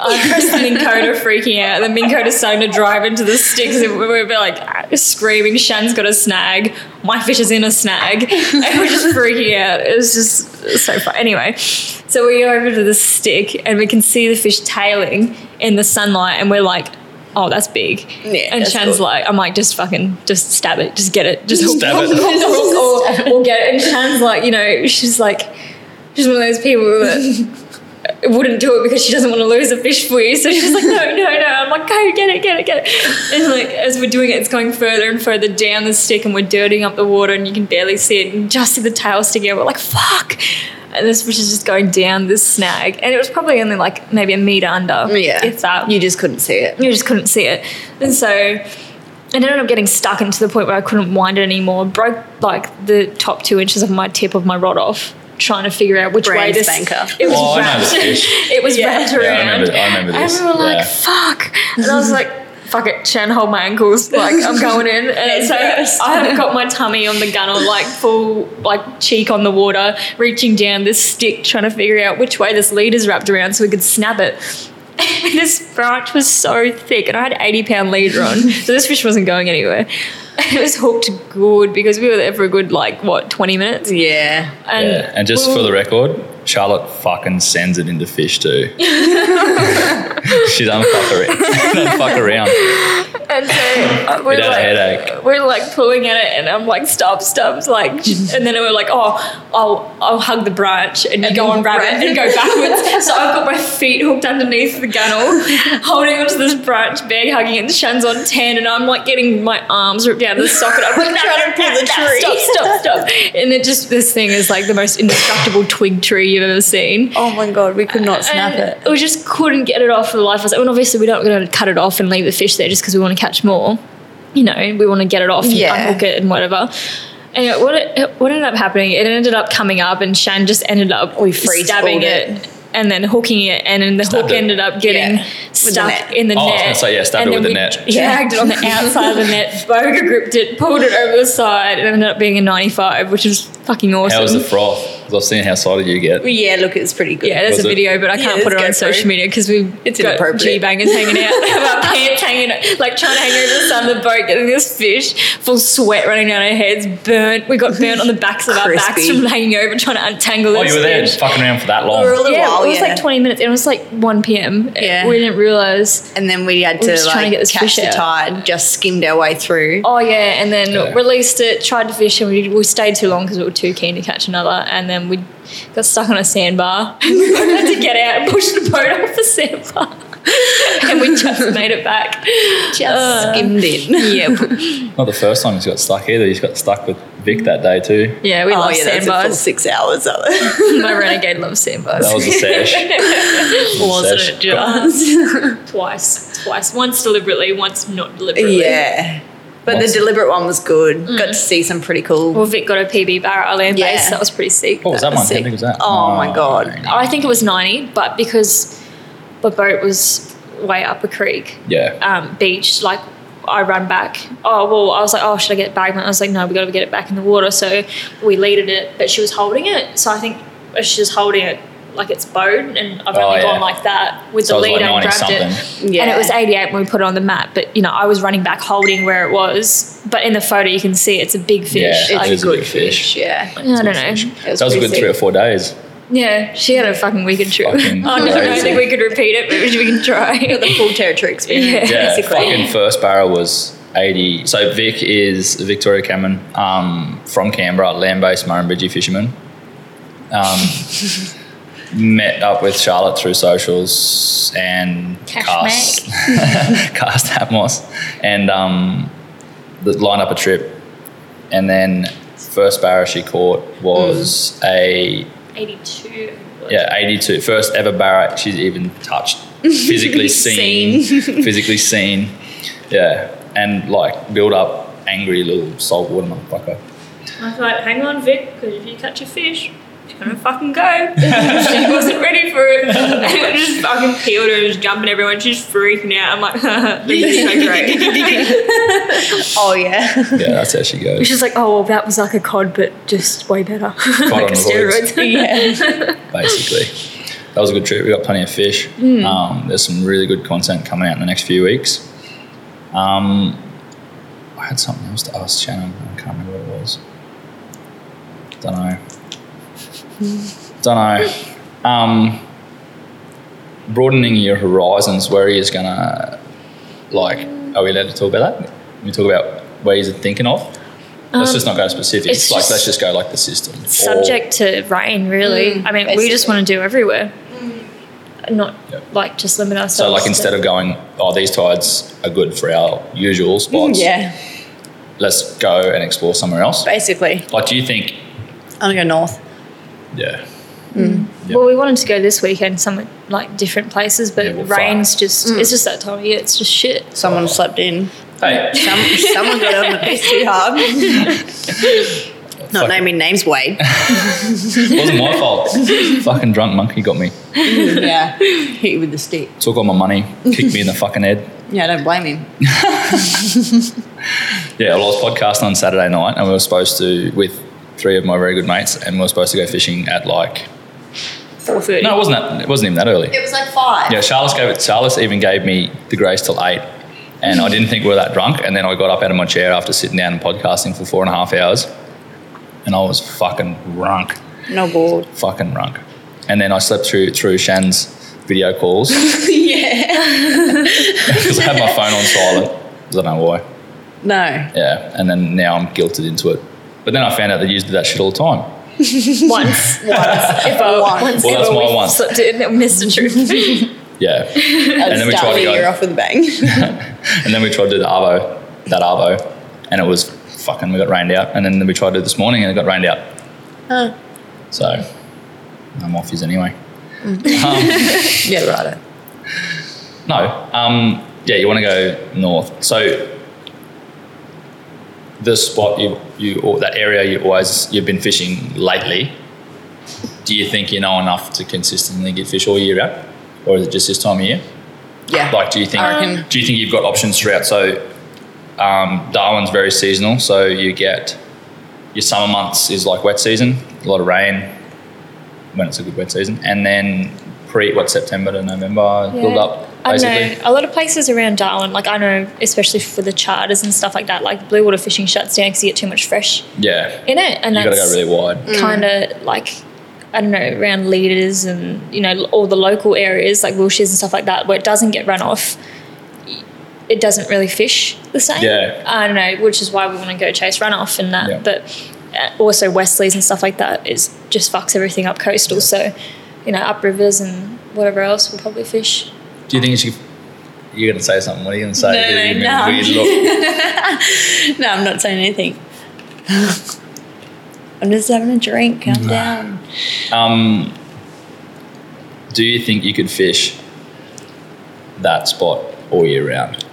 I pressed the Minn Kota freaking out. The Minn Kota's starting to drive into the sticks and we were like ah, screaming, Shan's got a snag, my fish is in a snag. And we're just freaking out. It was just so fun. Anyway, so we go over to the stick and we can see the fish tailing in the sunlight and we're like, oh, that's big. Yeah, and that's Shan's good. like, I'm like, just fucking, just stab it, just get it, just [LAUGHS] Stab it. or, or, or get it. And Shan's like, you know, she's like, she's one of those people [LAUGHS] that wouldn't do it because she doesn't want to lose a fish for you. So she's like, no, no, no. I'm like, go get it, get it, get it. And like, as we're doing it, it's going further and further down the stick and we're dirtying up the water and you can barely see it and just see the tail sticking out. We're like, fuck. And this fish is just going down this snag. And it was probably only like maybe a meter under. Yeah, If that You just couldn't see it. you just couldn't see it. And so it ended up getting stuck into the point where I couldn't wind it anymore. Broke like the top two inches of my tip of my rod off, trying to figure out which way Brains this banker. It was Oh, I know wrapped. this fish. [LAUGHS] it was [LAUGHS] wrapped Yeah, I around. remember, I remember and this. we were like, Yeah. "Fuck!" And I was like, "Fuck it, Chan, hold my ankles. Like I'm going in." And so I haven't got my tummy on the gunnel, like full, like cheek on the water, reaching down this stick, trying to figure out which way this lead is wrapped around so we could snap it. [LAUGHS] this branch was so thick, and I had eighty pound leader on, so this fish wasn't going anywhere. [LAUGHS] It was hooked good because we were there for a good like what twenty minutes, Yeah. and yeah. And just for the record, Charlotte fucking sends it into fish too. [LAUGHS] she don't fuck [LAUGHS] around. don't fuck around. [LAUGHS] And so we're It had a like, headache. we're like pulling at it, and I'm like, stop, stop, it's [LAUGHS] like, and then we're like, oh, I'll, I'll hug the branch, and you go on rabbit and go [LAUGHS] backwards. so I've got my feet hooked underneath the [LAUGHS] gunnel, holding onto this branch, bag hugging it. The Shun's on ten, and I'm like getting my arms ripped out of the socket. I'm [LAUGHS] like, trying to pull the tree. Stop, stop, [LAUGHS] stop. And it just this thing is like the most indestructible twig tree you've ever seen. Oh my god, we could not snap And it. We just couldn't get it off for the life of us. And obviously, we're not going to cut it off and leave the fish there just because we want to catch more. You know, we want to get it off and Yeah. unhook it and whatever. And what it, what ended up happening? It ended up coming up, and Shan just ended up We freeze stabbing pulled it. it. And then hooking it, and then the hook it. ended up getting Yeah. With the stuck net. in the Oh, I net. was gonna say, yeah, stabbed And it then with the we [LAUGHS] net. Dragged it on the outside of the net. Boga gripped it, pulled it over the side, and it ended up being a ninety-five, which is fucking awesome. How was the froth? 'Cause I've seen how salty you get. Yeah, look, it's pretty good. Yeah, there's Was a it- video, but I can't Yeah, put it let's on go for social it. media because we've It's got inappropriate. G bangers hanging out, [LAUGHS] have our pants hanging, like trying to hang over the side of the boat, getting this fish, full sweat running down our heads, burnt. We got burnt on the backs of our backs Crispy. from hanging over trying to untangle Oh, this you were there fish. fucking around for that For a long. little Yeah, while, it was yeah. like 20 minutes. It was like 1 p.m. Yeah. We didn't realize. and then we had to We're just trying to like get this catch fish the out. tide, just skimmed our way through. Oh, yeah. And then Yeah. released it, tried to fish, and we, we stayed too long because we were too keen to catch another. And then we got stuck on a sandbar. [LAUGHS] we had to get out and push the boat off the sandbar. [LAUGHS] and we just made it back. Uh, Just skimmed [LAUGHS] in. Yep. Not the first time he's got stuck either. He's got stuck with Vic that day too. Yeah, we [LAUGHS] Oh love yeah, that's a full sandbars. six hours [LAUGHS] of it. [LAUGHS] My renegade [LAUGHS] loves sandbars. That was a sesh. It was a sesh. [LAUGHS] Twice. Twice. Once deliberately, once not deliberately. yeah. But the Awesome. deliberate one was good. Mm. Got to see some pretty cool. Well, Vic got a PB bar at our land Yeah. base. That was pretty sick. What was that, That one? was How sick. big was that? Ah. Oh, my God. I think it was 90, but because the boat was way up a creek, Yeah. um, beach, like I run back. Oh well, I was like, oh, should I get it back? And I was like, no, we got to get it back in the water. So we leaded it, but she was holding it. So I think she was holding it like it's bowed, and I've Oh, only yeah. gone like that with So the it was leader like and 90 grabbed something. it. And it was 88 when we put it on the map, but you know, I was running back holding where it was. But in the photo, you can see it's a big fish. Yeah, Like, it was a big fish. Yeah. I don't know. That was a good pretty three or four days. Yeah, she had a fucking wicked trip. Fucking [LAUGHS] I don't- I don't crazy. think we could repeat it, but we can try. [LAUGHS] The [LAUGHS] full territory experience. Yeah. yeah, basically. fucking first barrel was 80. So Vic is Victoria Cameron um, from Canberra, land-based Murrumbidgee fisherman. Um, met up with Charlotte through socials and Cash cast, [LAUGHS] cast Atmos and um, the- lined up a trip. And then first barrel she caught was a 82. yeah, 82. First ever barrack she's even touched, physically seen, physically seen. Yeah, and like build up angry little saltwater motherfucker. I was like, hang on, Vic, because if you catch a fish, she's gonna fucking go. [LAUGHS] she wasn't ready for it. And it [LAUGHS] just fucking peeled her and was jumping everyone. She's freaking out. I'm like, [LAUGHS] this is so great. Oh yeah. Yeah, that's how she goes. [LAUGHS] She's like, oh, well, that was like a cod, but just way better. [LAUGHS] on like a roids. steroid. yeah. basically. That was a good trip. We got plenty of fish. Hmm. Um, there's some really good content coming out in the next few weeks. Um, I had something else to ask Shannon. I can't remember what it was. Don't know. Don't know. Um, broadening your horizons. Where he is gonna like? Are we allowed to talk about that? Can we talk about where he's thinking of. Let's just not go specific. Um, it's like just let's just go like the system. Or- [LAUGHS] Subject to rain, really. I mean, we just want to do everywhere. Not Yep. like just limit So ourselves. like to- instead of going, oh, these tides are good for our usual spots. [LAUGHS] Yeah. Let's go and explore somewhere else. Basically. Like, do you think? I'm going north. Yeah. Well, we wanted to go this weekend, some like different places, but Yeah, well, rain's just, it's just that time of year, it's just shit. Oh. Someone slept in. Hey, Some, someone got on the piss too hard. Not Fuck. naming [LAUGHS] names, Wade. it wasn't my fault. fucking drunk monkey got me. yeah. [LAUGHS] Hit you with the stick. Took all my money. Kicked me in the fucking head. Yeah, I don't blame him. Yeah. Well, I was podcasting on Saturday night, and we were supposed to with three of my very good mates, and we were supposed to go fishing at like. 4.30. No, it wasn't. That, it wasn't even that early. It was like five. Yeah, Charles gave it. Charles even gave me the grace till eight, and I didn't think we were that drunk. And then I got up out of my chair after sitting down and podcasting for four and a half hours, and I was fucking drunk, No board. fucking drunk. and then I slept through through Shan's video calls [LAUGHS] because I had my phone on silent. 'cause I don't know why. No. Yeah, and then now I'm guilted into it. But then I found out they used that shit all the time. Once. If I once Well, that's ever my we one. slipped in and missed [LAUGHS] the truth. Yeah, and then we tried Start to the go, year off with a [LAUGHS] bang. and then we tried to do the arvo, that arvo, and it was fucking. We got rained out, and then we tried to do this morning, and it got rained out. So no morphies anyway. yeah, right. No. Um, yeah, you want to go north. So the spot you you or that area you always you've been fishing lately. Do you think you know enough to consistently get fish all year round, or is it just this time of year? Yeah. Like, do you think? I Um, reckon- Do you think you've got options throughout? So, um, Darwin's very seasonal. So you get your summer months is like wet season, a lot of rain when it's a good wet season, and then pre what September to November build up I basically. know a lot of places around Darwin, like I know, especially for the charters and stuff like that, like blue water fishing shuts down because you get too much fresh Yeah, in it, and you got to go that's really wide. kind of like I don't know around leaders and you know all the local areas like Wilshires and stuff like that where it doesn't get run off. It doesn't really fish the same. Yeah. I don't know, which is why we want to go chase runoff and that. Yeah. But uh, also Wesleys and stuff like that is just fucks everything up coastal. So, you know, uprivers and whatever else will probably fish. Do you think you should? You're gonna say something. What are you gonna say? No, You're giving me no. a Weird look. No, I'm not saying anything. [LAUGHS] I'm just having a drink. Calm down. Um, do you think you could fish that spot all year round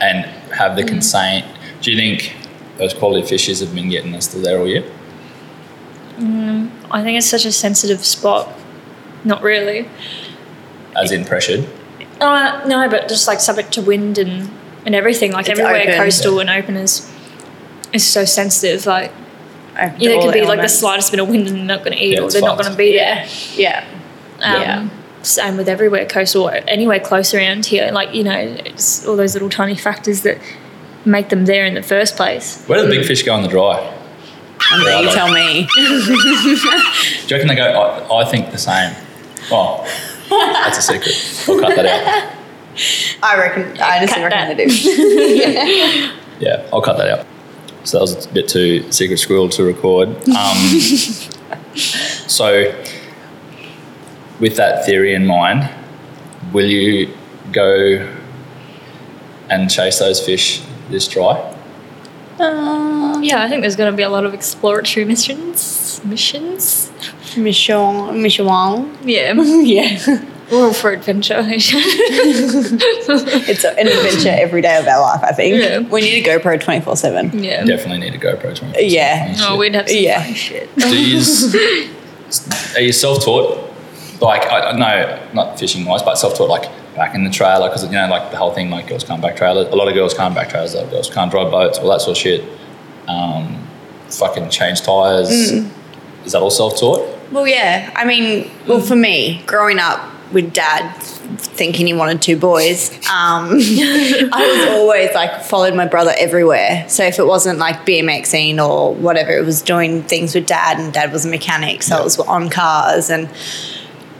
and have the consent? Do you think those quality fishes have been getting are still there all year? I think it's such a sensitive spot. Not really. As in pressured? Uh, no, but just like subject to wind and, and everything, like It's everywhere open. coastal and open is is so sensitive. Like I've you know, it all could be like the elements. slightest bit of wind and they're not going to eat, Yeah, or it's they're not fucked. going to be there. Yeah. Um, Yeah. Same with everywhere coastal, or anywhere close around here. Like you know, it's all those little tiny factors that make them there in the first place. Where do the big fish go on the dry? And Yeah, I then you like- tell me. Do you reckon they go? I, I think the same. Oh, that's a secret. We'll cut that out. I reckon. I just reckon they do. Yeah, I'll cut that out. So that was a bit too secret squirrel to record. Um, so, with that theory in mind, will you go and chase those fish this dry? Um, Yeah, I think there's going to be a lot of exploratory missions. Missions. [LAUGHS] Michelle, Michelle Wong. Yeah, Yeah. we're all for adventure. [LAUGHS] It's a- an adventure every day of our life, I think. Yeah. We need a GoPro 24 7. yeah. Definitely need a GoPro. 24/7. Yeah. Oh, we'd have some Yeah. fun shit. Do you [LAUGHS] are you self-taught? Like, I, I- no, not fishing-wise, but self-taught, like, back in the trailer, because, you know, like, the whole thing, like, girls can't back trailer. A lot of girls can't back trailers, a lot of girls can't drive boats, all that sort of shit. Um, fucking change tyres. Mm. Is that all self-taught? Well, yeah. I mean, well, for me, growing up with dad thinking he wanted two boys, um, [LAUGHS] I was always like followed my brother everywhere. So if it wasn't like BMXing or whatever, it was doing things with dad, and dad was a mechanic, so it was on cars and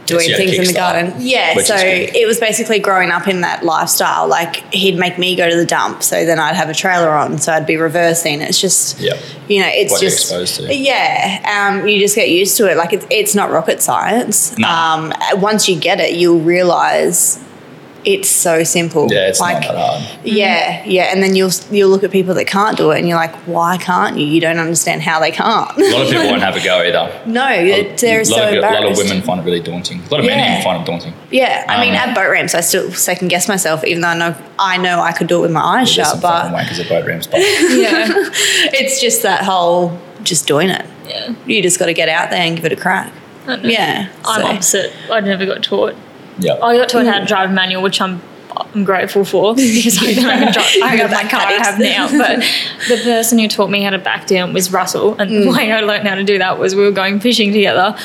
doing you had a things in the kickstart, garden. Yeah. which So is good. it was basically growing up in that lifestyle. Like he'd make me go to the dump, so then I'd have a trailer on, so I'd be reversing. It's just, Yeah. you know, it's What you're just exposed to. yeah, um, you just get used to it. Like it's it's not rocket science. Um, once you get it, you'll realize it's so simple. Yeah, it's like, not that hard. Yeah, yeah, and then you'll you'll look at people that can't do it, and you're like, why can't you? You don't understand how they A can't. lot of people won't have a go either. [LAUGHS] no, it, they're a, so lot of, a embarrassed. lot of women find it really daunting. A lot of men Yeah. even find it daunting. Yeah, I mean, Um, at boat ramps, I still second guess myself, even though I know I know I could do it with my eyes There's shut. some fucking But wankers at boat ramps, [LAUGHS] but Yeah. it's just that whole just doing it. yeah. You just got to get out there and give it a crack. I don't know. Yeah, I'm so- opposite. I never got taught. yeah. I got taught how to drive a manual, which I'm I'm grateful for because I don't even drive. I have my car I have now, but the person who taught me how to back down was Russell, and the way I learned how to do that was we were going fishing together.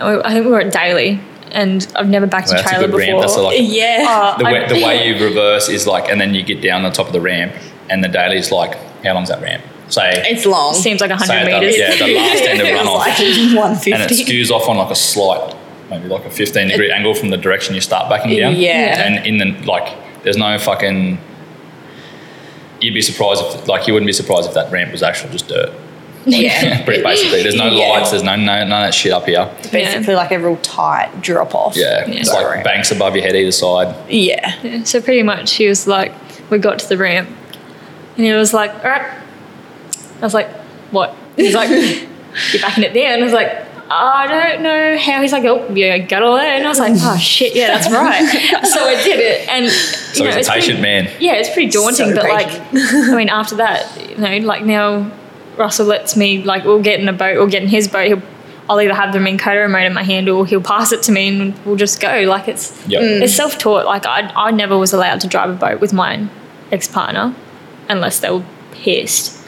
I I think we were at Daly, and I've never backed Well, a that's a trailer good ramp. before. That's a, like, Yeah. Uh, the way, I- the way you reverse is like, and then you get down the top of the ramp, and the daily's like, how long's that ramp? Say, It's long. [LAUGHS] seems like say 100 the, [LAUGHS] [LAUGHS] meters. yeah, the last end of It was runoff, like and it 150. skews off on like a slight maybe like a 15 degree angle from the direction you start backing down. Yeah. And in the, like, there's no fucking, you'd be surprised if, like, you wouldn't be surprised if that ramp was actually just dirt. [COUGHS] Yeah. Pretty basically. There's no Yeah. lights, there's no, no, none of that shit up here. Basically, like a real tight drop off. Yeah. It's like Sorry. banks above your head either side. Yeah. Yeah, [LAUGHS] so pretty much he was like, we got to the ramp. And he was like, all right. I was like, what? He's like, you're backing it down. I was like, I don't know how. He's like, oh, yeah, I got all that. And I was like, oh, shit, yeah, that's right. so I did it. And, you So know, he's it's a patient pretty, man. Yeah, it's pretty daunting, So but like, I mean, after that, you know, like now Russell lets me, like, we'll get in a boat, we'll get in his boat, he'll, I'll either have the Minkota remote in my hand or he'll pass it to me and we'll just go. Like, it's, Yep. Mm. it's self taught. Like, I, I never was allowed to drive a boat with my ex partner unless they were pissed.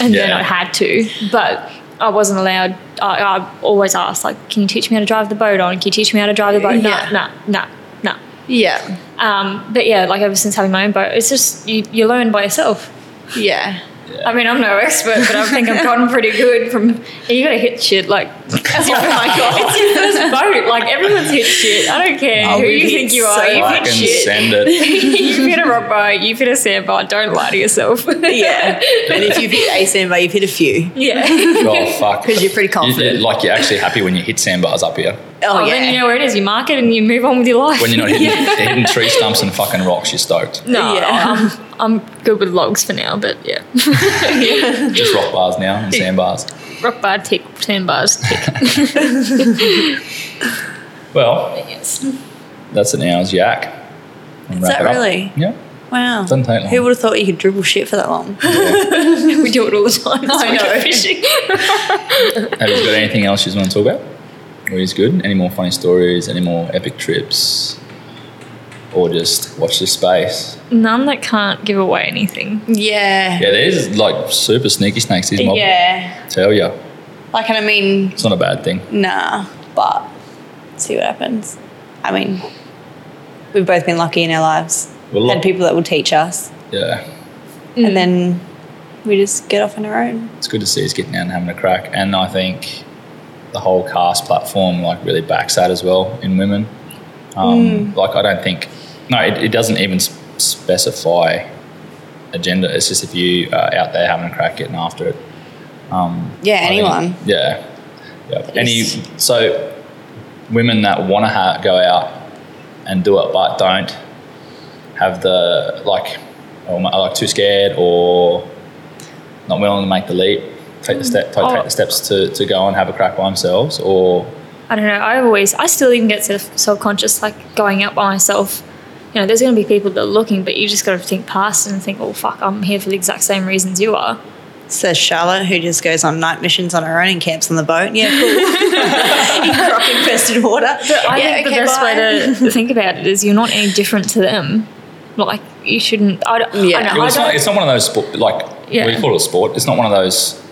And then Yeah. I had to, but I wasn't allowed. I, I always asked, like, can you teach me how to drive the boat on? Can you teach me how to drive the boat? Yeah. Nah, nah, nah, nah. Yeah. Um, but yeah, like ever since having my own boat, it's just you, you learn by yourself. Yeah. I mean, I'm no expert, but I think I've gotten pretty good from. You gotta hit shit like. As your, It's your first boat. Like everyone's hit shit. I don't care who we've you hit think you so are. You've Fucking hit shit. send it. [LAUGHS] you've hit a rock boat. You've hit a sandbar. Don't lie to yourself. [LAUGHS] Yeah. and if you've hit a sandbar, you've hit a few. yeah. Oh, fuck. [LAUGHS] 'Cause you're pretty confident. You- like, you're actually happy when you hit sandbars up here. Oh, Oh, yeah. Then you know where it is. You mark it and you move on with your life. When you're not [LAUGHS] hitting, hitting tree stumps and fucking rocks, you're stoked. [LAUGHS] [LAUGHS] no, Yeah. I'm, I'm good with logs for now, but yeah. [LAUGHS] Just rock bars now and sandbars. rock bar tick, sandbars tick. Well, that's an hour's yak. And Is wrap that it up. really? Yeah. Wow. Doesn't take long. Who would have thought you could dribble shit for that long? we do it all the time. [LAUGHS] I know. Fishing. Have you got anything else you want to talk about? Or is good? Any more funny stories? Any more epic trips? Or just watch this space? None that can't give away anything. yeah. Yeah, there's like super sneaky snakes. These mob. Yeah. Tell ya, Like, and I mean, it's not a bad thing. Nah, but see what happens. I mean, we've both been lucky in our lives. Well, Had people that will teach us, Yeah, and then we just get off on our own. it's good to see us getting out and having a crack. And I think the whole cast platform like really backs that as well in women. Um, Like I don't think no, it, it doesn't even s- specify agenda. It's just if you are out there having a crack, getting after it. Oh, Yeah, I think- anyone. yeah. Yeah. Any least. so women that want to ha- go out and do it but don't have the like or are like too scared or not willing to make the leap, take the step, take, Oh. take the steps to, to go and have a crack by themselves or I don't know. I always, I still even get self conscious, like going out by myself. You know, there's going to be people that are looking, but you just got to think past and think, oh, fuck, I'm here for the exact same reasons you are. Says Charlotte, who just goes on night missions on her own and camps on the boat. Yeah, cool. [LAUGHS] In croc infested water. I yeah, think the okay, best bye. way to [LAUGHS] think about it is you're not any different to them. Like, you shouldn't, I don't, Yeah. I don't, Well, it's, I not, don't it's not one of those sport like Yeah. we call it a sport. It's not one of those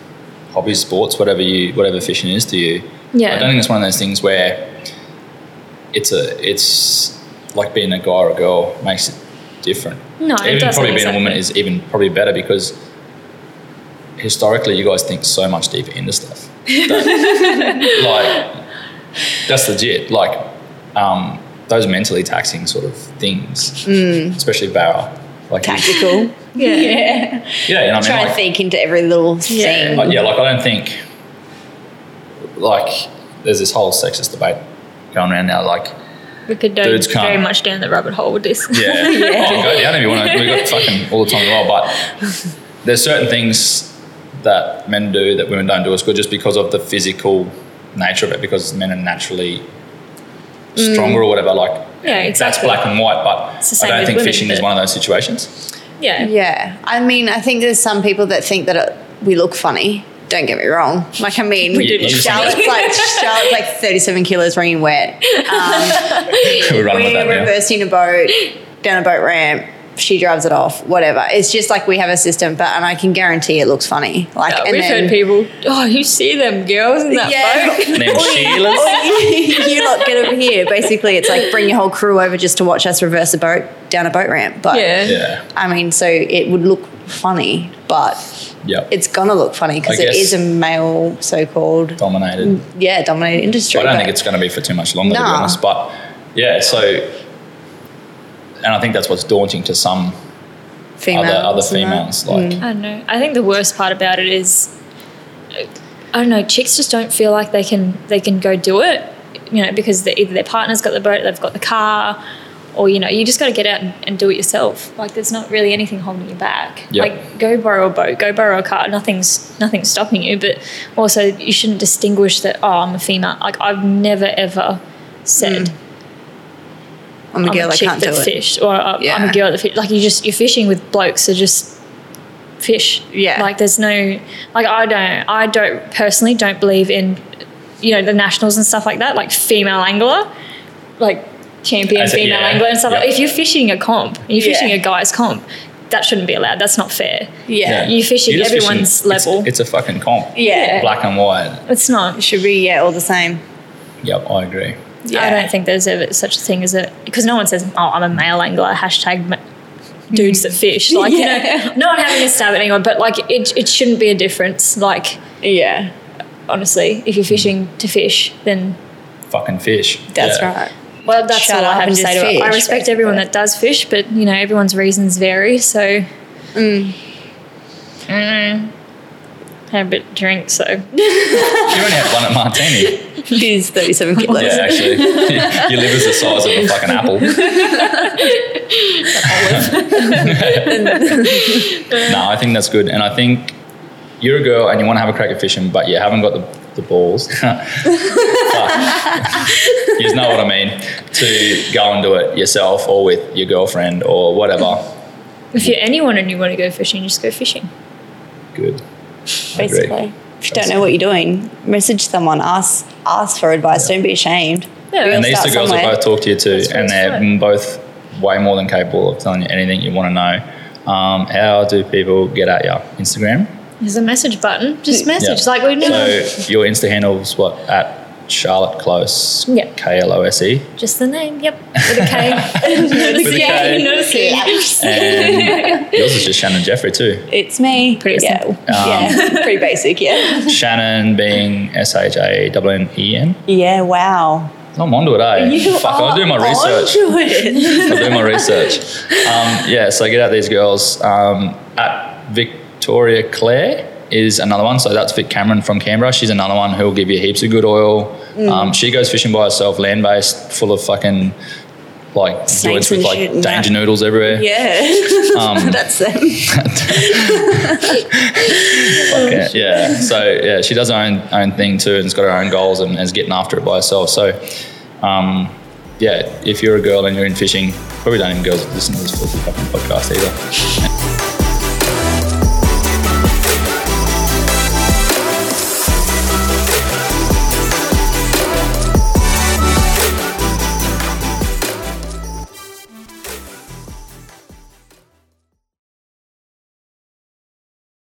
hobby sports, whatever you whatever fishing is to you. Yeah. I don't think it's one of those things where it's a it's like being a guy or a girl makes it different. No, it even doesn't, probably being a woman exactly. is even probably better because historically you guys think so much deeper into stuff. [LAUGHS] That- like that's legit. Like um, those mentally taxing sort of things, Mm. especially barra. Like you- Tactical. yeah. yeah, you know what I Try mean? and Like, think into every little thing. like, yeah, like I don't think like there's this whole sexist debate going around now. Like, We could go Dudes can't. very much down the rabbit hole with this. yeah, oh, go down if you want to. We got fucking all the time in the world, but there's certain things that men do that women don't do as good just because of the physical nature of it. Because men are naturally stronger or whatever. Like, [LAUGHS] Yeah, that's Mm. exactly. black and white, but It's the I same don't with think women, fishing is but- one of those situations. Yeah. Yeah, I mean, I think there's some people that think that it, we look funny. Don't get me wrong. Like, I mean, do look Charlotte's funny. like Charlotte's like 37 kilos running wet. [LAUGHS] We're running with that We're now. reversing a boat down a boat ramp. She drives it off. Whatever. It's just like we have a system, but and I can guarantee it looks funny. Like, Yeah, and We've then, heard people, oh, you see them girls in that boat. [LAUGHS] Yeah, [LAUGHS] Them Sheilas. [LAUGHS] you lot get over here. Basically, it's like bring your whole crew over just to watch us reverse a boat down a boat ramp. But Yeah. Yeah. I mean, so it would look funny, but Yeah. It's gonna look funny because I it guess- is a male, so-called, Mm. dominated. yeah, dominated industry. I don't but- think it's going to be for too much longer, to be Nah. honest. But yeah, so, and I think that's what's daunting to some females other other and that. females. Like, I don't know. I think the worst part about it is, I don't know. Chicks just don't feel like they can they can go do it, you know, because they, either their partner's got the boat, they've got the car, or you know, you just got to get out and, and do it yourself. Like there's not really anything holding you back. Yeah. Like go borrow a boat, go borrow a car. Nothing's nothing's stopping you. But also, you shouldn't distinguish that. Oh, I'm a female. Like I've never ever said I'm a I'm girl, a I chick can't do that it. fished, or uh, I'm Yeah. a girl that fish. Like you just you're fishing with blokes, so just fish. Yeah. Like there's no like I don't I don't personally don't believe in you know the nationals and stuff like that. Like female angler, like champion As a- female yeah, angler and stuff. yeah. Like, if you're fishing a comp, and you're Yeah. fishing a guy's comp. That shouldn't be allowed. That's not fair. Yeah. You're fishing just everyone's it's- level. It's, a fucking comp. Yeah. Black and white. It's not. Should be yeah, all the same. Yep, I agree. I Yeah. don't think there's ever such a thing as a because no one says, "Oh, I'm a male angler." Hashtag ma- dudes that fish. Like you know, no one having a stab at anyone, but like it, it shouldn't be a difference. Like Yeah, honestly, if you're fishing to fish, then Fucking fish. that's Yeah. right. well, that's Shut all up I have to and say just to it. I fish, respect right? everyone [LAUGHS] that does fish, but you know, everyone's reasons vary. So, I don't know. Had a bit of drink, so You only had one at [LAUGHS] Martini. She's [LAUGHS] 37 kilos. Yeah, actually. [LAUGHS] Your liver's the size of a fucking apple. [LAUGHS] no, I think that's good. And I think you're a girl and you want to have a crack at fishing, but you haven't got the, the balls. [LAUGHS] Fuck. you know what I mean. To go and do it yourself or with your girlfriend or whatever. if you're anyone and you want to go fishing, just go fishing. Good. I agree. Basically, if you don't know what you're doing, message someone. Ask ask for advice. Don't be ashamed. Yeah, And these start two girls have somewhere. both talked to you too, That's and they're where it's both way more than capable of telling you anything you want to know. Um, how do people get at you? Instagram. There's a message button. Just message. Yeah. Like we never. So your Insta handle's what at Charlotte Close. Yeah. K L O S E. Just the name, yep. With a K. [LAUGHS] With [LAUGHS] a K. And yours is just Shannon Jeffrey too. It's me. Pretty yeah. simple. Um, yeah. [LAUGHS] Pretty basic. Yeah. Shannon being S H A N N E N. Yeah. Wow. I'm onto it, eh? Fuck, I'll do my research. Onto it. [LAUGHS] I'll do my research. Um, yeah, so get out these girls. Um, at Victoria Clare is another one. So that's Vic Cameron from Canberra. She's another one who'll give you heaps of good oil. Mm. Um, she goes fishing by herself, land based, full of fucking like Snakes joints with and like shit and danger noodles everywhere. Yeah. [LAUGHS] Um, That's them. yeah, yeah. So yeah, she does her own own thing too, and has got her own goals and is getting after it by herself. So, um, yeah, if you're a girl and you're in fishing, probably don't even girls listen to this fucking podcast either.